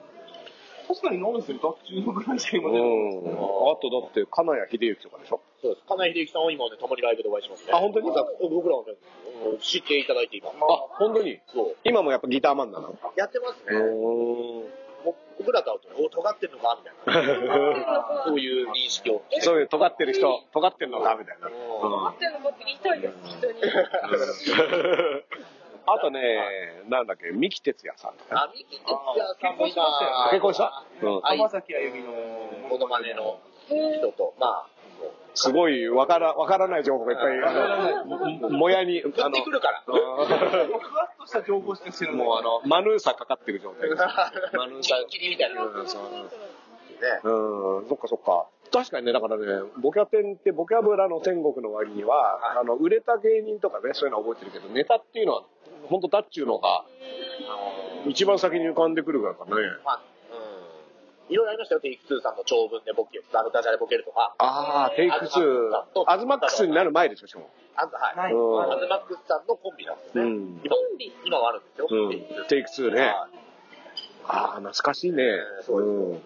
F: 確かに飲むんですよ、学中のぐらいしか今出てこない。
C: あとだって、金谷秀幸とかでしょ
B: そうです。金井秀幸さんは今ね、たまにライブでお会いしますね。
C: あ本当に
B: また僕らはね、うん知っていただいて今。
C: あ、本当に
B: そう。
C: 今もやっぱギターマンなの
B: やってますね。
C: うん。
B: もう僕らと会うとね、お、尖ってんのかみたいな。そういう認識を。
C: そういう尖ってる人、尖ってるのかみたいな。
B: うん
D: ってのかって言いたいです、人に。
C: あとね、なんだっけ、三木哲也さんとかね。
B: あ、ミキ哲也さんも今、
C: 結婚したうん
B: あい
F: 浜崎あゆみの
B: モノマネの人と、まあ、
C: すごい、わから、わからない情報がいっぱい、あの、もやに、
B: 振
C: あ
B: ってくるから。
C: の、
F: もうふわっとした情報しか知らない。
C: もうあの、マヌーサかかってる状態です。 マヌーサ。
B: キリみたいな。ね。
C: うん、そっかそっか。確かにね、だからね、ボキャテンってボキャブラの天国の割には、あの、売れた芸人とかね、そういうのは覚えてるけど、ネタっていうのは、ほんとだっちゅうのが、一番先に浮かんでくるからね。
B: まあ、うん。いろいろありましたよ、テイク2さんの長文でボケ、あのダジャレボケるとか、
C: ああ、テイク2。アズマックスになる前でしょ、しかも。
B: あとはい。
F: ない。
C: うん
B: アズマックスさんのコンビなんです
C: う
B: ね。
C: ん
B: 今今はあるんですよ。
C: うんテイク2ね
B: はい
C: ああ、懐かしいね。うん。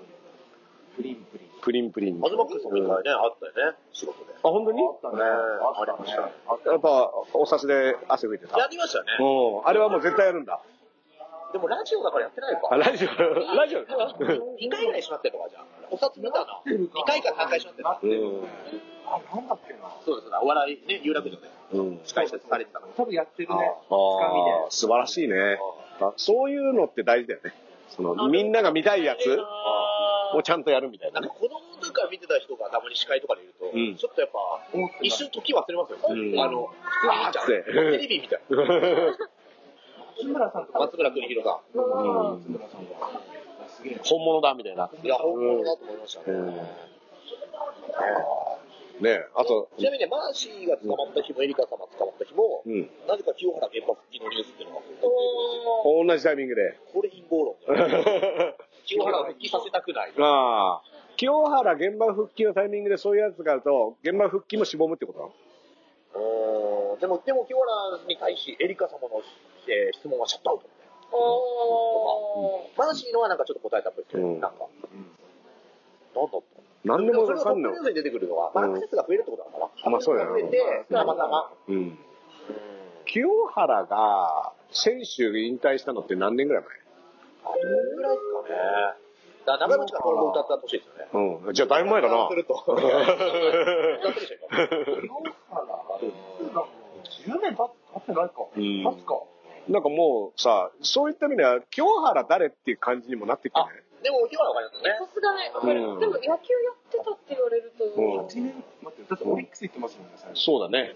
F: プリンプリン。
C: プリンプリン。
B: アズマックスも一回ね、あったよね、仕事で。
C: あ、本当に
F: あったね。
B: あ
F: あ
B: り
F: った
B: ま
F: ね
B: した。
C: やっぱ、お札で汗拭いて
B: や
C: た。
B: りましたね。
C: うん。あれはもう絶対やるんだ。
B: でもラジオだからやってないか
C: あ、。ラジオ、 ラジオ。
B: 2回ぐらいしまってるとかじゃん。お札見たな。2回か3回しまってる。
C: うん。
F: あ、なんだっけな。
B: そうです。お笑いね、有楽町で
C: うん。
B: 司会者されてたから。
F: 多分やってるね。
C: ああ
F: 掴みで。
C: 素晴らしいね。あそういうのって大事だよね。その、みんなが見たいやつをちゃんとやるみたいな
B: な
C: ね
B: んか。子供の時から見てた人がたまに司会とかでいると、
C: うん
B: ちょっとやっぱ、
F: 思って
B: 一
F: た
B: 瞬時忘れますよ。
C: うん
B: あの、
C: あー
B: 普通にテレビみたい
F: 松村さんと
B: な。
F: か、
B: 松村邦弘さ
C: うん
F: 松村さんは。すげえ。
C: 本物だみたいな。
B: ん。いや、本物だと思いましたね。
C: うんねえあと、
B: ちなみにね、マーシーが捕まった日も、エリカ様捕まった日も、
C: うん。
B: なぜか清原現場復帰のニュースっていうのが、
C: 同じタイミングで。
B: これ陰謀論だよ。 清原を復帰させたくない。
C: ああ。清原現場復帰のタイミングでそういうやつがあると、現場復帰もしぼむってことなの
B: うーんでも、でも清原に対し、エリカ様の、えー質問はシャットアウト。
D: あお
B: マーシーのはなんかちょっと答えたっぽいですけど、
C: うん
B: なんか。なんだった
C: 何で
B: で
C: も
B: もそれ
C: わ
B: が
C: か
B: トッ
C: んない
B: プニュー。スに出てくるのは、ま
C: う
B: あ
C: ん
B: アクセスが増えるってことなのかな。
C: まあそうやな
B: アクセスが増えて、たまたま。
C: うん。清原が選手引退したのって何年ぐらい
B: あれぐらいですかね。だから長渕がこの子歌った年ですよ ね。
C: 前うん。じゃあだいぶ前だな
B: そうす。ると。歌ってるでしょ、今。
F: 10年経ってないか。
C: うん
F: 経つか。
C: なんかもうさ、そういった意味では、清原誰っていう感じにもなってきてね。
B: でも、今はわかりますよね。
D: さすがね、わかる。
C: うん
D: でも野球やってたって言われると、
C: うん
F: 8年、待って、だってオリックス行ってますもんね、最初。
C: そうだね。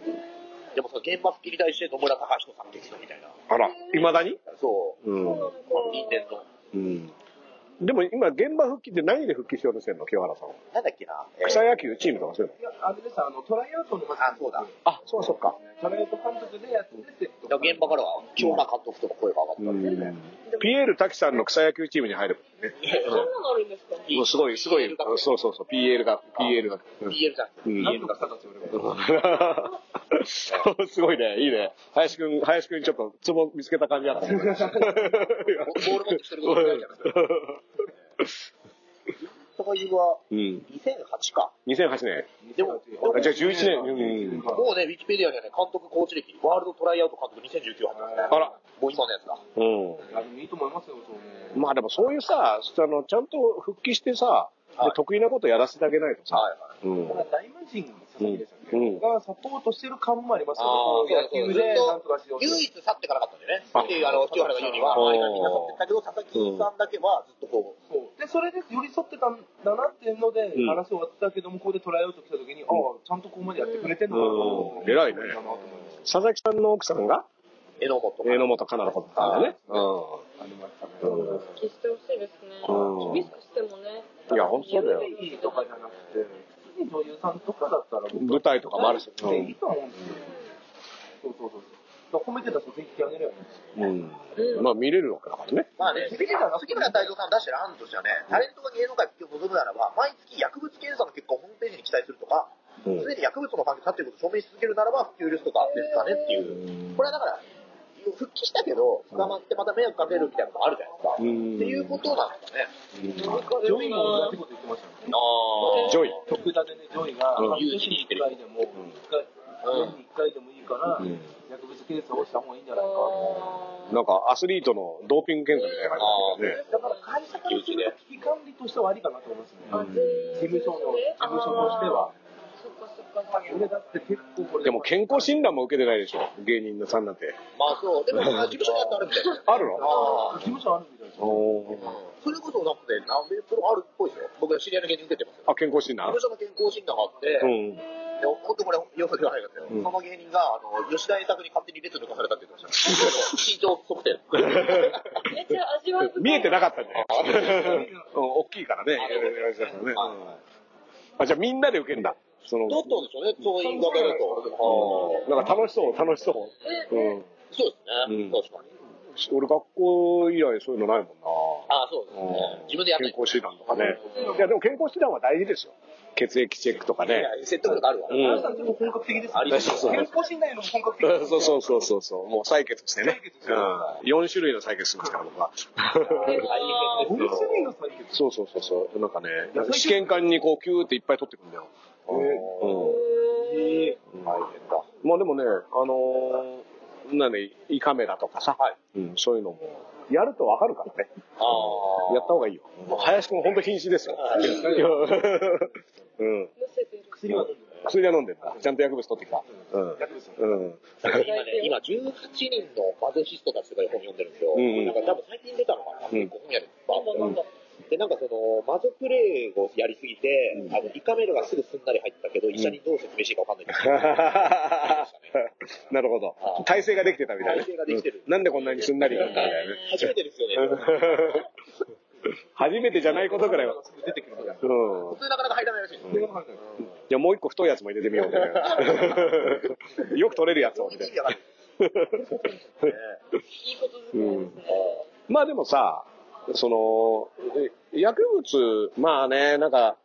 B: でも、その現場復帰に対して野村隆彦さん激怒みたいな。
C: あら、未だに
B: そ
C: う
B: う。
D: そうなの
C: ん。
D: か。
B: 因縁の。
C: うん。でも今、現場復帰って何で復帰しようとしてるの清原さんは。
B: なんだっけな。えー
C: 草野球チームとかそういう
F: いや、あれです、あの、トライアウトの
B: あ、そうだ。
C: の。あ、そうかそうか。
F: トライアウト監督でやってて、
B: でも現場からは、貴重な監督との声が上がった。
C: うん。ピエール滝さんの草野球チームに入る。
D: えそんなのあるんですか
B: いい
C: もうすごい、すごい。
B: PL が
C: うんそうそうそう、PL が、PL が。うん
B: PL じゃなくて、
C: うん
F: 何
B: PL
F: 度
B: が
F: かしたんですよ、俺も。
C: そうすごいね、いいね。林くん、林くんちょっとツボ見つけた感じあったね。
B: ボール持ってきてることないじゃない ですか。高木は
C: うん。
B: 2008か。
C: 2008年。
B: でも、でも
C: あじゃあ11年うん
B: もうね、ウィキペディアにはね、監督コーチ歴、ワールドトライアウト監督2019あったんですね。
C: あら。
B: もう今のやつだ。
C: うん。
F: あのいいと思いますよ、そうね。
C: まあでもそういうさ、あの、ちゃんと復帰してさ、
B: はい
C: で得意なことやらせてあげないとさ、
B: はいはい。
C: うん。
F: だから大魔神佐々木でした
C: う
F: ね
C: ん。
F: がサポートしてる感もあります
B: あ
F: よ
B: ー
F: ね。この野球でなんとかしようと。
B: 唯一去ってかなかったんでね。
C: あ
B: っていう、あの、清原が言うには、周りがみんな去ってったけど、佐々木さんだけはずっとこう、
F: そうで、それで寄り添ってたんだなっていうので、
C: うん
F: 話終わったけども、ここでトライアウト来た時に、ああ、ちゃんとここまでやってくれてんの
C: うん
F: かな
C: 偉いね
F: なと思いまし
C: 佐々木さんの奥さんが、
B: 榎本とか。
C: 榎本かなのことだったんだね。
F: たありましたね。
C: うん
D: 復帰してほしいですね。
C: うん
D: 厳しくしてもね。
C: いや、ほんとそうだよ。
F: いいとかじゃなくて、普通に女優さんとかだったら、僕
C: 舞台とかもあるし。
F: いいと思うんですよ。そうそうそう。だから褒めてた人ぜひ来てあげればいいんですよ。
C: うん。
D: うん
C: まあ見れるわけだからね。
B: まあね、杉村杉村太蔵さん出してる案としてはね、タレントが芸能界復帰を望むならば、毎月薬物検査の結果をホームページに記載するとか、
C: うん
B: すでに薬物の関係に立っていることを証明し続けるならば、普及率とかですかねっていう。これはだから、復帰したけど、捕まってまた迷惑かけるみたいなのもあるじゃないですか。
C: うん
B: っていうことなんですかね。
F: ジョイも同じこと言ってましたよね。
B: あ
C: ジョイ。
F: 徳田でね、ジョイが、
C: うん
F: 半年に1回でも、一回年に1回でもいいから、
C: うん
F: 薬物検査をした方がいいんじゃないか。
D: あ
C: なんかアスリートのドーピング検査みたいな感じだよね。
F: だから会社からすると危機管理としてはありかなと思いますね。
D: ーあ全員
F: 事務所の、事務所として
D: あー
F: は。
D: そっかそっかそっか。
F: 俺だって結構これ。
C: でも健康診断も受けてないでしょ。芸人のさんなんて。
B: まあそう、でも、事務所にやってあるみたいな。
C: あるの
B: ああ
F: 事務所あるみたいですよ。
C: おー
B: それこそなんかね、何メートルあるっぽいですよ。僕、知り合いの芸人受けてますよ。
C: あ、健康診
B: 事
C: 断
B: 務所の健康診断があって、
C: うん。
B: で、本当これ、よく言わないですよ。
C: うん
B: その芸人が、あの、吉田栄作に勝手に列抜かされたって言ってましたね。 身長測定。
D: めっちゃ味わい深い。
C: 見えてな
D: か
C: かったん じゃないうん大きいからね。あ、じゃあみんなで受けるんだ。その、
B: どうったんでしょうね、そう言い方だと。
C: なんか楽しそう、楽しそう。
D: った。
C: う
D: え、
C: ん。
B: そうです
C: うん
B: ね、確かに。
C: 俺学校以来そういうのないもんな。
B: ああ、そうですね。自分でやった
C: 健康診断とかね。
D: うん
C: いや、でも健康診断は大事ですよ。血液チェックとかね。
B: 説得力あるわ。
F: あな
C: う
F: たでも本格的です
B: あり
F: ね。
B: そう
C: そう
F: 健康診断よりも本格的。
C: ん。 そうそううそうそうそう。もう採血してね
F: 採血して。
C: うん。4種類の採血するんですから、僕は。
D: 大
F: お店にが最近。
C: そうそうそうそう。なんかね、なんか試験管にこう、キューっていっぱい取ってくるんだよ。うん。
D: 変。
C: まあでもね、あのー、なんで、胃カメラとかさ、うん、そういうのも、やるとわかるからね。
B: ああ。
C: やった方がいいよ。もう林くん本当瀕死ですよ。 うん。
D: むせてる。
F: 薬は飲んでない
C: 薬は飲んでんだ。ちゃんと薬物取ってきた。
F: 薬物
C: うん。うん。
B: 今ね、今18人のマゾシストたちとかいう本読んでるんですよ。
C: うんうん
B: なんか多分最近出たのかな、
C: うん
B: 結構本屋でバンバン
D: なんだ
B: で、なんかその、マゾプレイをやりすぎて、あの、胃カメラがすぐすんなり入ったけど、医者にどう説明していいかわかんないけど。
C: なるほど。体勢ができてたみたいな。
B: 体勢ができてる
C: うんなんでこんなにすんなりだったんだよね。
B: 初めてですよね。
C: 初めてじゃないことぐらいは。
F: 出てくるから。
C: うん
B: 普。通なかなか入らないらしいですよ。
C: じゃあもう一個太いやつも入れてみようみたい な。よく取れるやつをみたい
B: 意味
C: な
B: わ。かんない
D: いいことずくめですね。
C: まあでもさ、その、え薬物、まあね、なんか、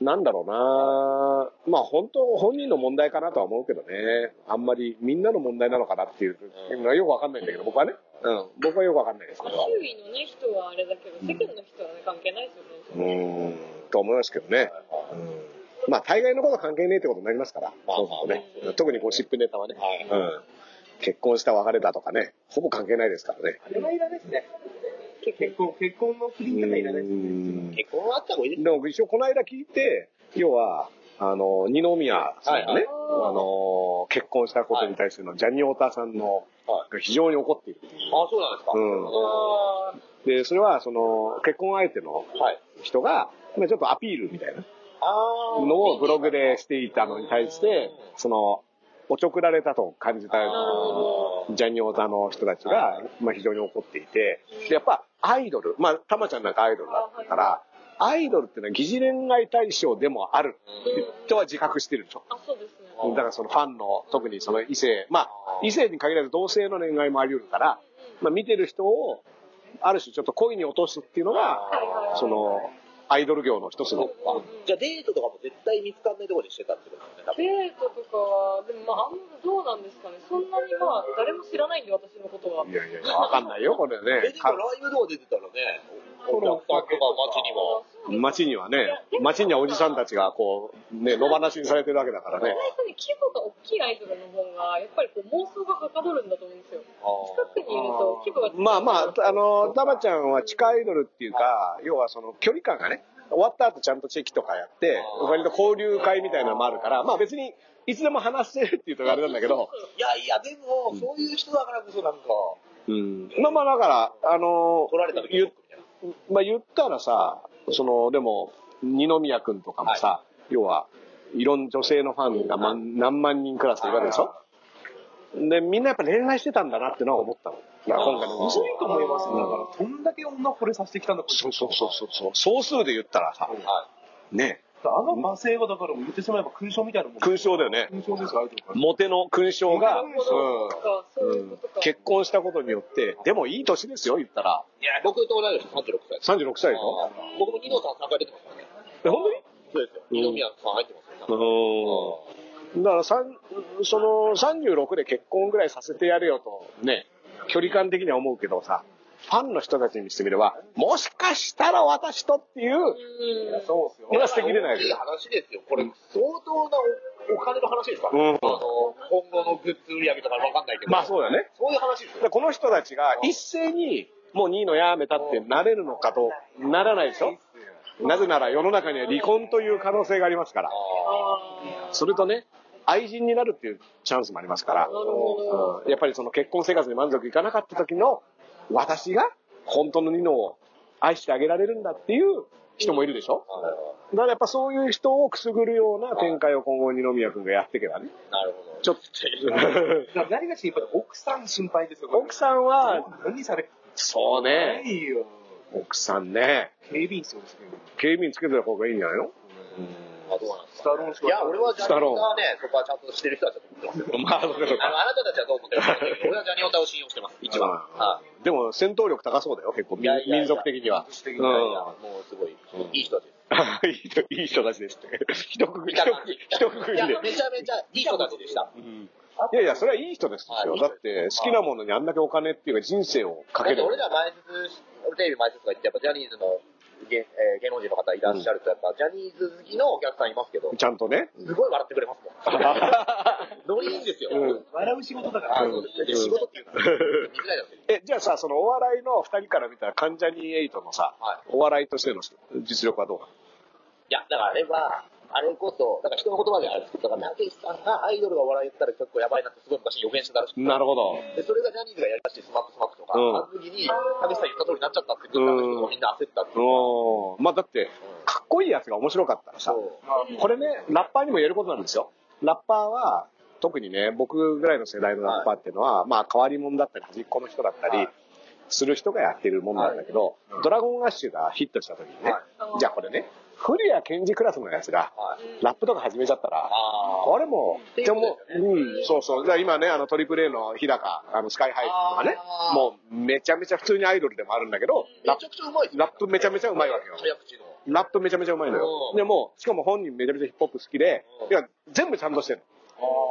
C: なんだろうなまあ本当、本人の問題かなとは思うけどね。あんまりみんなの問題なのかなっていうのはよくわかんないんだけど、僕はね。うん。僕はよくわかんないです
D: ま
C: け
D: あ
C: ど。
D: 周囲のね、人はあれだけど、世間の人はね、関係ないですよね。
C: うーん。と思いますけどね。うん。まあ、大概のことは関係ねえってことになりますから。そうそうね。特にゴシップネタはね。うん。結婚した別れたとかね。ほぼ関係ないですからね。
F: あれはいらないですね。結婚、結婚の不倫とかいらないですね。
C: うん
B: 結婚はあった方がいいです
C: でも一応この間聞いて、要は、あの、二宮さんがね、あの、結婚したことに対するの、ジャニオタさんの、が非常に怒っているっていう。
B: あ、そうなんですか。
C: うん。
D: あー
C: で、それは、その、結婚相手の人が、まあちょっとアピールみたいな
B: あー
C: のをブログでしていたのに対して、その、おちょくられたと感じたジャニオタの人たちが、まあ、非常に怒っていて、でやっぱアイドル、まあ、たまちゃんなんかアイドルだったから、アイドルっていうのは疑似恋愛対象でもあるって人は自覚してるでしょ。
D: あ、そうですね。
C: だからそのファンの、特にその異性、まあ、異性に限らず同性の恋愛もあり得るから、まあ、見てる人を、ある種ちょっと恋に落とすっていうのが、
D: はいはいはい。
C: その、アイドル業の一つの、
B: じゃあデートとかも絶対見つかんないところにしてたってことですね、多分。
D: デートとかは、でもまあ、あんまどうなんですかね。そんなにまあ、誰も知らないんで、私のことは。
C: いやいやいや、わかんないよ、これ
B: え、
C: ね
B: で。もライブとか出てたらね、お客さんとか街にも。
C: 街にはね、街にはおじさんたちがこう、ね、野放しにされてるわけだからね。
D: 本当に規模が大きいアイドルの方が、やっぱりこう妄想がはかどるんだと思うんですよ。近くにいると規模が
C: まあまあ、あの、ダバちゃんは地下アイドルっていうか、要はその距離感がね、終わった後ちゃんとチェキとかやって、割と交流会みたいなのもあるから、まあ別に、いつでも話せるっていうとあれなんだけど、
B: いやいや、でも、そういう人だからこそなんか、
C: うん。まあまあだから、あの、
B: 取られた時
C: 言っ
B: みたいな。
C: まあ言ったらさ、その、でも、二宮くんとかもさ、要は、いろんな女性のファンがまん何万人クラスでいるわけでしょで、みんなやっぱ恋愛してたんだなってのは思ったの。だから今回の
F: 面白いと思いますね。だから、どんだけ女惚れさせてきたんだ
C: そうそうそうそうそう。総数で言ったらさ、ね、
F: あの罵声はだから、言ってしまえば勲章みたいなもん。
C: 勲章だよね。
F: 勲章ですよ、アイドルから。
C: モテの勲章が、
D: モテのとか、そういうことか。
C: 結婚したことによって、でもいい年ですよ、言ったら。
B: 僕と同い年36歳です。
C: 36歳でしょ
B: あー僕も二ノさん3回出てますからね。
C: え本
B: そうですよ。二宮さん入ってますよ。
C: 当にうん。だから、さんその、36で結婚ぐらいさせてやれよと、ね、距離感的には思うけどさ、ファンの人たちにしてみれば、もしかしたら私とっていう、
D: うん。
F: そうですよ
C: のが捨てきれないわ
B: い
C: け
B: い
C: よ。
B: 話ですよ。これ、相当なおお金の話ですから、
C: うん
B: あの、今後のグッズ売り上げとかわかんないけど。
C: まあそうだよね。
B: そういう話です
C: で
B: よ。
C: この人たちが一斉にもうニーノやめたってなれるのかとならないでしょなぜなら世の中には離婚という可能性がありますから
D: あー
C: それとね愛人になるっていうチャンスもありますから
D: なるほ
C: うんやっぱりその結婚生活に満足いかなかった時の私が本当のニーノを愛してあげられるんだっていう人もいるでしょだからやっぱそういう人をくすぐるような展開を今後二宮君がやっていけばね
B: なるほど。
C: ちょっと
F: だから何が心配奥さん心配ですよ。
C: 奥
F: ん
C: さんは
F: 何され
C: そう
F: な
C: ね
F: いよ。
C: 奥さんね
F: 警備員そうですけど。
C: 警備員つけてた方がいいんじゃないの
B: あどうなんです
F: ス
B: か
F: タローン氏
B: いや、俺はジャ
C: スタ
B: ニ
C: ロー
B: オ
C: ン
B: タはね、そこはちゃんとしてる人だと思ってます
C: まあ、そう
B: よ。
C: かそう
B: あの
C: か。
B: あなたたちはどう思って るかわかんないけど、俺はジャニオタを信用してます、一番。は
C: うんでも、戦闘力高そうだよ、結構、
B: いやいやいや
C: 民族的には。
B: い。いやいや、もうすごい、いい人たちです。
C: うん いい人いい人たちですね。一括り、
B: 見
C: 一
B: た
C: 括
B: 感
C: り
B: じ。
C: 一括
B: い
C: り
B: や、
C: で。
B: めちゃめちゃいい人たちでした。
C: いやいや、それはいい人ですよ。
B: はい
C: だって、好きなものにあんだけお金っていうか人生をか
B: だ
C: け
B: って
C: る。
B: 俺ら前説、テレビ前説とか言って、やっぱジャニーズの芸,、えー芸能人の方いらっしゃると、やっぱジャニーズ好きのお客さんいますけど、
C: ちゃんと ね。
B: すごい笑ってくれますもん。 ノリいいんですよ。
C: うん
F: 笑う仕事だか
B: あ
F: ら。
B: ので仕事っていうか、見づらいだけど。
C: え、じゃあさ、そのお笑いの二人から見たら関ジャニエイトのさ
B: は、
C: お笑いとしての実力はどうなの
B: いや、だからあれは、あれこそ、だから人の言葉ではあるんですけど、だから、たけしさんがアイドルが笑い言ったら結構やばいなってすごい昔予言してたらしくて、
C: なるほど。
B: で、それがジャニーズがやりだしてスマップスマップとか、
C: うん
B: あの時に、たけしさん言った通りになっちゃったって言ったんですけど、みんな焦ったっていう。
C: おーまあだって、かっこいいやつが面白かったらさ
B: そ、う
C: これね、ラッパーにも言えることなんですよ。ラッパーは、特にね、僕ぐらいの世代のラッパーっていうのは、まあ、変わり者だったり、端っこの人だったり、する人がやってるもんなんだけど、ドラゴンアッシュがヒットした時にね、じゃあこれね、古谷健二クラスのやつが、
B: は
C: ラップとか始めちゃったら、
B: あ
C: これもう、
B: てい
C: で
B: うこと
C: も、うん、そうそう。だから今ね、あの、トリプル A の日高、あの、スカイハイとかね、もう、めちゃめちゃ普通にアイドルでもあるんだけど、ラッ
B: めち
C: プ
B: ゃくちゃうまいです
C: ラップめちゃめちゃうまいわけよ。
B: 早口の。
C: ラップめちゃめちゃうまいのよ
B: う。ん
C: でも、しかも本人めちゃめちゃヒップホップ好きで、
B: うん
C: いや、全部ちゃんとしてる。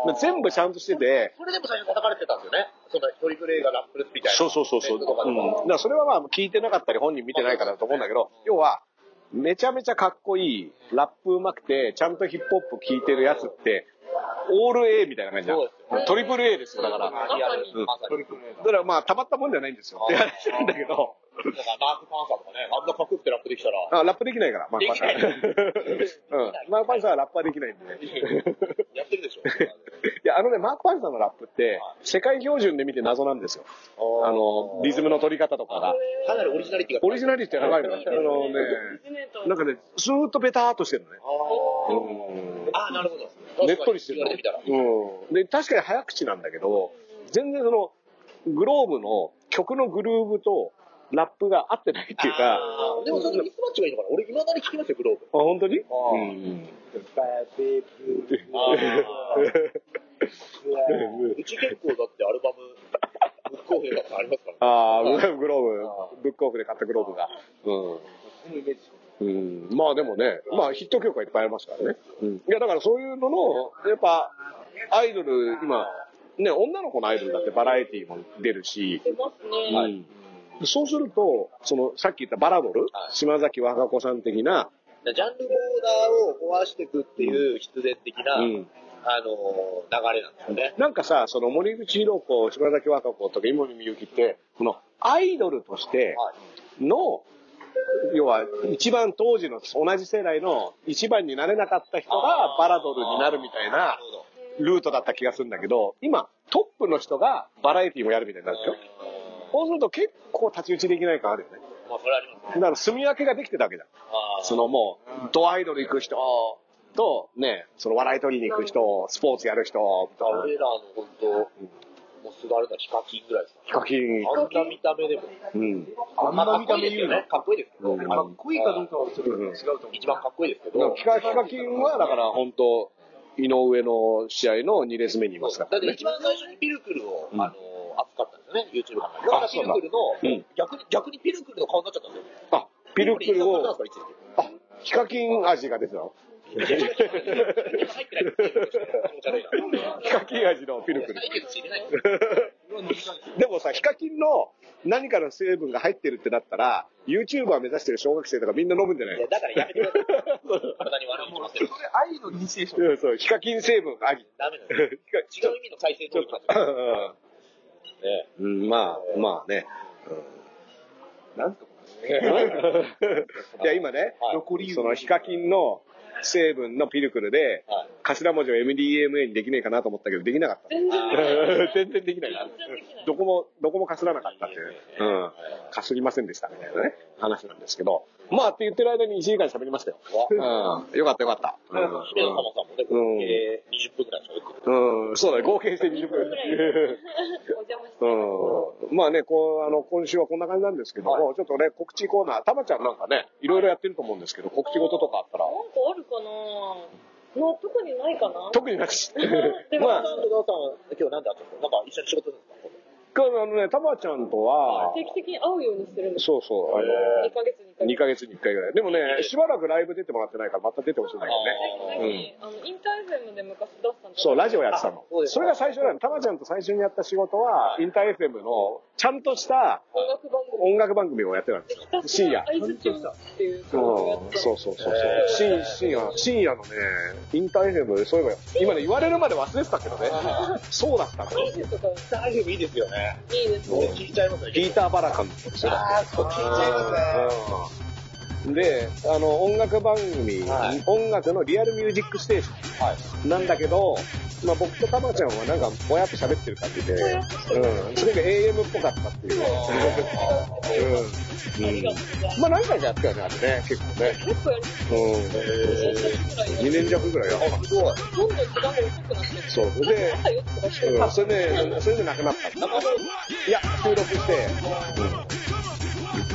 C: まあ全部ちゃんとしてて、
B: それでも最初叩かれてたんですよね。そのトリプル映画ラップルみたいな。
C: そうそうそうそう。
B: ネットとか
C: う
B: で
C: ん、だ
B: も
C: からそれはまあ聞いてなかったり本人見てないからだと思うんだけど、要は、めちゃめちゃかっこいい、ラップうまくて、ちゃんとヒップホップ聞いてるやつって、オール A みたいな感じだ
B: そうです。
C: トリプル A ですよ、だから。
B: まあリアル
C: うん
B: まさに。
C: だからまあ、たまったもんじゃないんですよ。って言われてるんだけど、
B: だからマーク・パンサーとかね、あんなパクってラップできたら、
C: あラップできないから、マーク パンサー。うん。マークパンサーはラップはできないんで。
B: やってる でしょ。
C: いや、あのね、マークパンサーのラップって、世界標準で見て謎なんですよ。あの、リズムの取り方とかが。
B: かなりオリジナリティが。
C: オリジナリティ高いの。あのね、なんかね、ずーっとベターっとしてるのね。うん
B: ああ、なるほど。
C: ねっとりしてる
B: 言われてみたら。
C: うん。で、確かに早口なんだけど、全然その、グローブの曲のグルーブとラップが合ってないっていうか、あ、
B: あーでもそのミスマッチがいいのかな俺、未だに聞きますよ、グローブ。
C: 本当に
B: あー
C: うん。
B: うち結構だってアルバム、ブックオフだってありますからね。
C: ああ、グローブ、ブックオフで買ったグローブが。うん。うん、まあでもね、まあヒット曲はいっぱいありますからね。うん、いやだからそういうのの、やっぱ、アイドル、今、ね、女の子のアイドルだってバラエティも出るし、
D: 出ますね。
C: うんそうすると、その、さっき言ったバラドル、島崎和歌子さん的な、
B: ジャンルボーダーを壊していくっていう必然的な、
C: うん
B: あのー、流れなんですよね。
C: なんかさ、その森口博子、島崎和歌子とか今見みゆきって、このアイドルとして
B: はい
C: の、要は一番当時の同じ世代の一番になれなかった人がバラドルになるみたい
B: な
C: な
B: るほど。
C: ルートだった気がするんだけど、今トップの人がバラエティもやるみたいになるでしょそうすると結構太刀打ちできない感あるよね。
B: まあ、それありますね。
C: だから住み分けができてたわけだ。
B: あー
C: そのもう、ドアイドル行く人と、ね、その笑い取りに行く人、スポーツやる人、みたいな
B: 俺らの本当、もうすぐあれだ、ヒカキンぐらいですか。
C: ヒカキン。
B: あんな見た目でも。
C: うん。
B: あんな見た目言うのかっこいいですけど、
C: うん
F: かっこいいかどうかはそれ違うと思う。
B: 一番かっこいいですけ
C: だから
B: ど。
C: ヒカヒカキンは、だから本当、井上の試合の2列目にいますか
B: だ
C: ら
B: って
C: ね。
B: 一番最初にピルクルを、
C: うん
B: あのー、扱ったんですよね、YouTube かなんかで。だから
C: あ
B: ピ
C: そう
B: ル
C: だ
B: クルの、
C: うん
B: 逆に、逆にピルクルの顔になっちゃったんですよ。
C: あ、ピルクル
B: ピル
C: を、
B: クルに
C: あ、ヒカキン味が出てたの
B: 今入ってないですよ。気持ち悪いな。
C: ヒカキン味のピルクル。
B: 最近入れない
C: でもさ、ヒカキンの何かの成分が入ってるってなったら、YouTuber 目指してる小学生とかみんな飲むんじゃない
B: いや、だからやめてください。体に悪いことしてる。
F: 愛の西でしょ。
C: うんそう、ヒカキン成分あり。
B: ダメなんですよ。違う意味の再生取りますよ。ね
C: うん、まあ、まあね。
F: なんすか
C: いや、今ね、
B: はい
F: 残り湯
C: そのヒカキンの成分のピルクルで、
B: はい
C: 頭文字を MDMA にできねえかなと思ったけど、できなかった。
D: 全然できない。
C: 全然できないな
D: 全然できない。
C: どこも、どこもかすらなかったっていう。うん。かすりませんでしたみたいなね、話なんですけど。まあって言ってる間に1時間喋りましたよ。うん。よかったよかった。
B: 姫野様さんもね、
C: うん
B: えー20分くらい喋って
C: う
B: る。
C: ん。うん、そうだね。合計して20
D: 20分
C: 分
D: ぐ。らいでお邪魔して。
C: うん。まあね、こう、あの、今週はこんな感じなんですけども、ちょっとね、告知コーナー、たまちゃんなんかね、いろいろやってると思うんですけど、告知事とかあったら、
D: なんかあるかなな特にないかな
C: 特にな し。
D: でも、
C: まあ
B: まあ、さんとダさん、今日なんで会ったんですかなんか一緒に仕事するんですか
C: あのね、たまちゃんとは、
D: 定期的に会うようにしてるんです
C: そうそう、あの、
D: 2ヶ月に1回
C: 2ヶ月に1回ぐらい。でもね、しばらくライブ出てもらってないから、また出てほしいんだけどね。
D: 最近、あのインターフェムで昔出したん
C: そう、ラジオやってたの
B: あそう。です
C: それが最初なの。たまちゃんと最初にやった仕事は、インター FM の、ちゃんとした
D: 音楽番組
C: 音楽番組をやってたんですよ。深 夜。
D: アイスチューンっていう
C: う
D: 曲をやって
C: ん、
D: た
C: そうそうそうそう、深深夜、深夜のね、インター FM で、そういえば、今ね、言われるまで忘れてたけど ね、そうだったの。
D: 20とか
B: 大丈夫いいですよね。
D: いいです
B: 俺
D: ね
B: 聞いちゃいますね。
C: ギーターバラカンなんですよ。
B: ああ、そう、聞いちゃいますね。
C: うんで、あの、音楽番組、
B: はい
C: 音楽のリアルミュージックステーションなんだけど、まあ僕とたまちゃんはなんか、ぼやっと喋ってる感じで、うん、それが AM っぽかったって いう。うん
D: ありがとうございます
C: まあ何回かやったよね、あれね、結構ね。
D: 結構やります
C: うん。2年弱ぐらいやった。
D: どんどん時間が遅くなってる
C: そう。で、
D: 朝4とかして
C: うん、それで、それでなくなった。いや、収録して、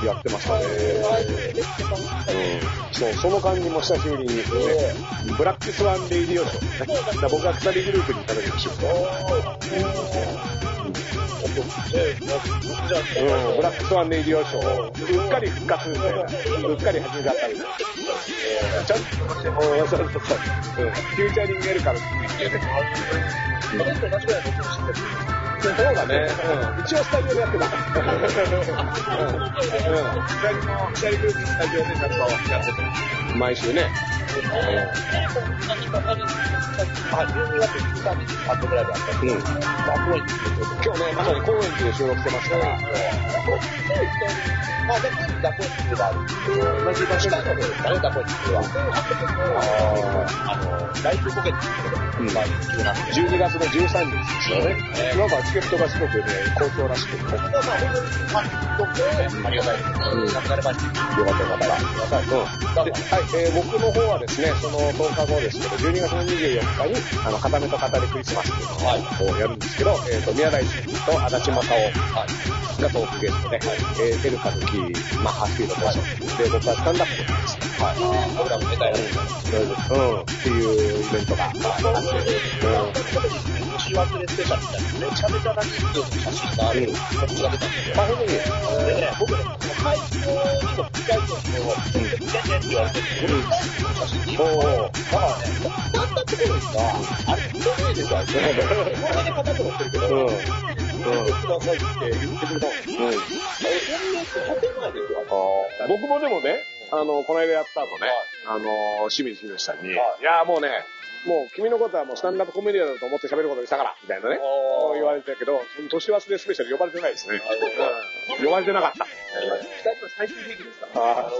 C: やってましたね。うん、そう、その感じも久しぶりに、ね、ブラックスワンレイディオショー。だから僕は二人グループにいた時の仕事。うん、ブラックスワンレイディオショー、うっかり復活みたいな、うっかり始めちゃったり、えーちゃんと、うん、そうそうそう、うん、フューチャリングやるから、そうだね、うん、一応スタジオでやってた。うん、うん、左の、左グループスタジオでなんかやってた。毎週ね。うん。今日ね、まさに高円寺で収録してますから、12月の13日ですよね。なんかチケットがすごくね、好調らしくて。はい、えー僕の方はですね、その10日後ですけど、12月の24日に、あの、片目と語りクリスマスっていうのをやるんですけど、えっ、と、宮台真司と足立正夫がトークゲストで、えー、エル歌舞伎、まあ、ハッピーのポーションで、僕はスタンダップでですね、うん、っていうイベントがあって、うん。あ、本当に、おーうん、うん、うん。僕もでもね、あの、この間やった後ね、あの、清水宏さんに、い、や、もうね、もう君のことはもうスタンダップコメディアンだと思って喋ることにしたから、みたいなね、言われてたけど、年忘れスペシャル呼ばれてないですね。うん呼ばれてなかった。あー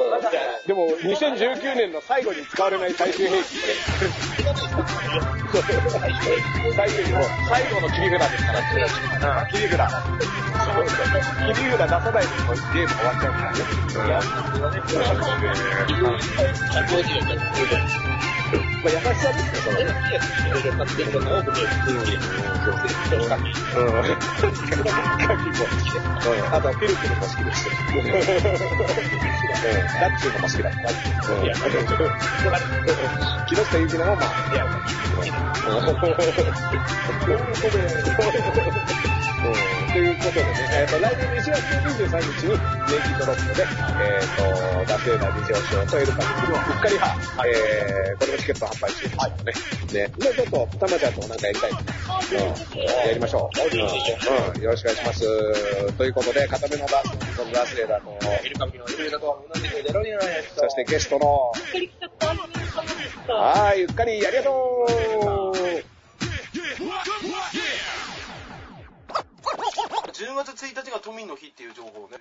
C: でも、2019年の最後に使われない最終兵器。最終兵器もう最後の切り札ですから。うん切り札。切り札出さないともうゲーム終わっちゃうからね。まあ、優しさですね、その。うん。あと、ピルピルも好きです。うん。ダッチューのも好きだ。うん。木下ゆきなもまあ、いや、うんということでね、えっ、と、来年の1月23日に、ネイキッドロップで、えっ、と、ダスエーダー二条賞とエルカのうっかり派、えー、これもチケット販売中ですからね。ね、で、ちょっと、たまちゃんともなんかやりたいとうん、やりましょう。うん、よろしくお願いします。ということで、片目のダース、ダスエーダーの、そしてゲストの、
D: かり来ちゃった。楽しかった。
C: はい、うっかり、ありがとう
A: 10月1日が都民の日っていう情報をね、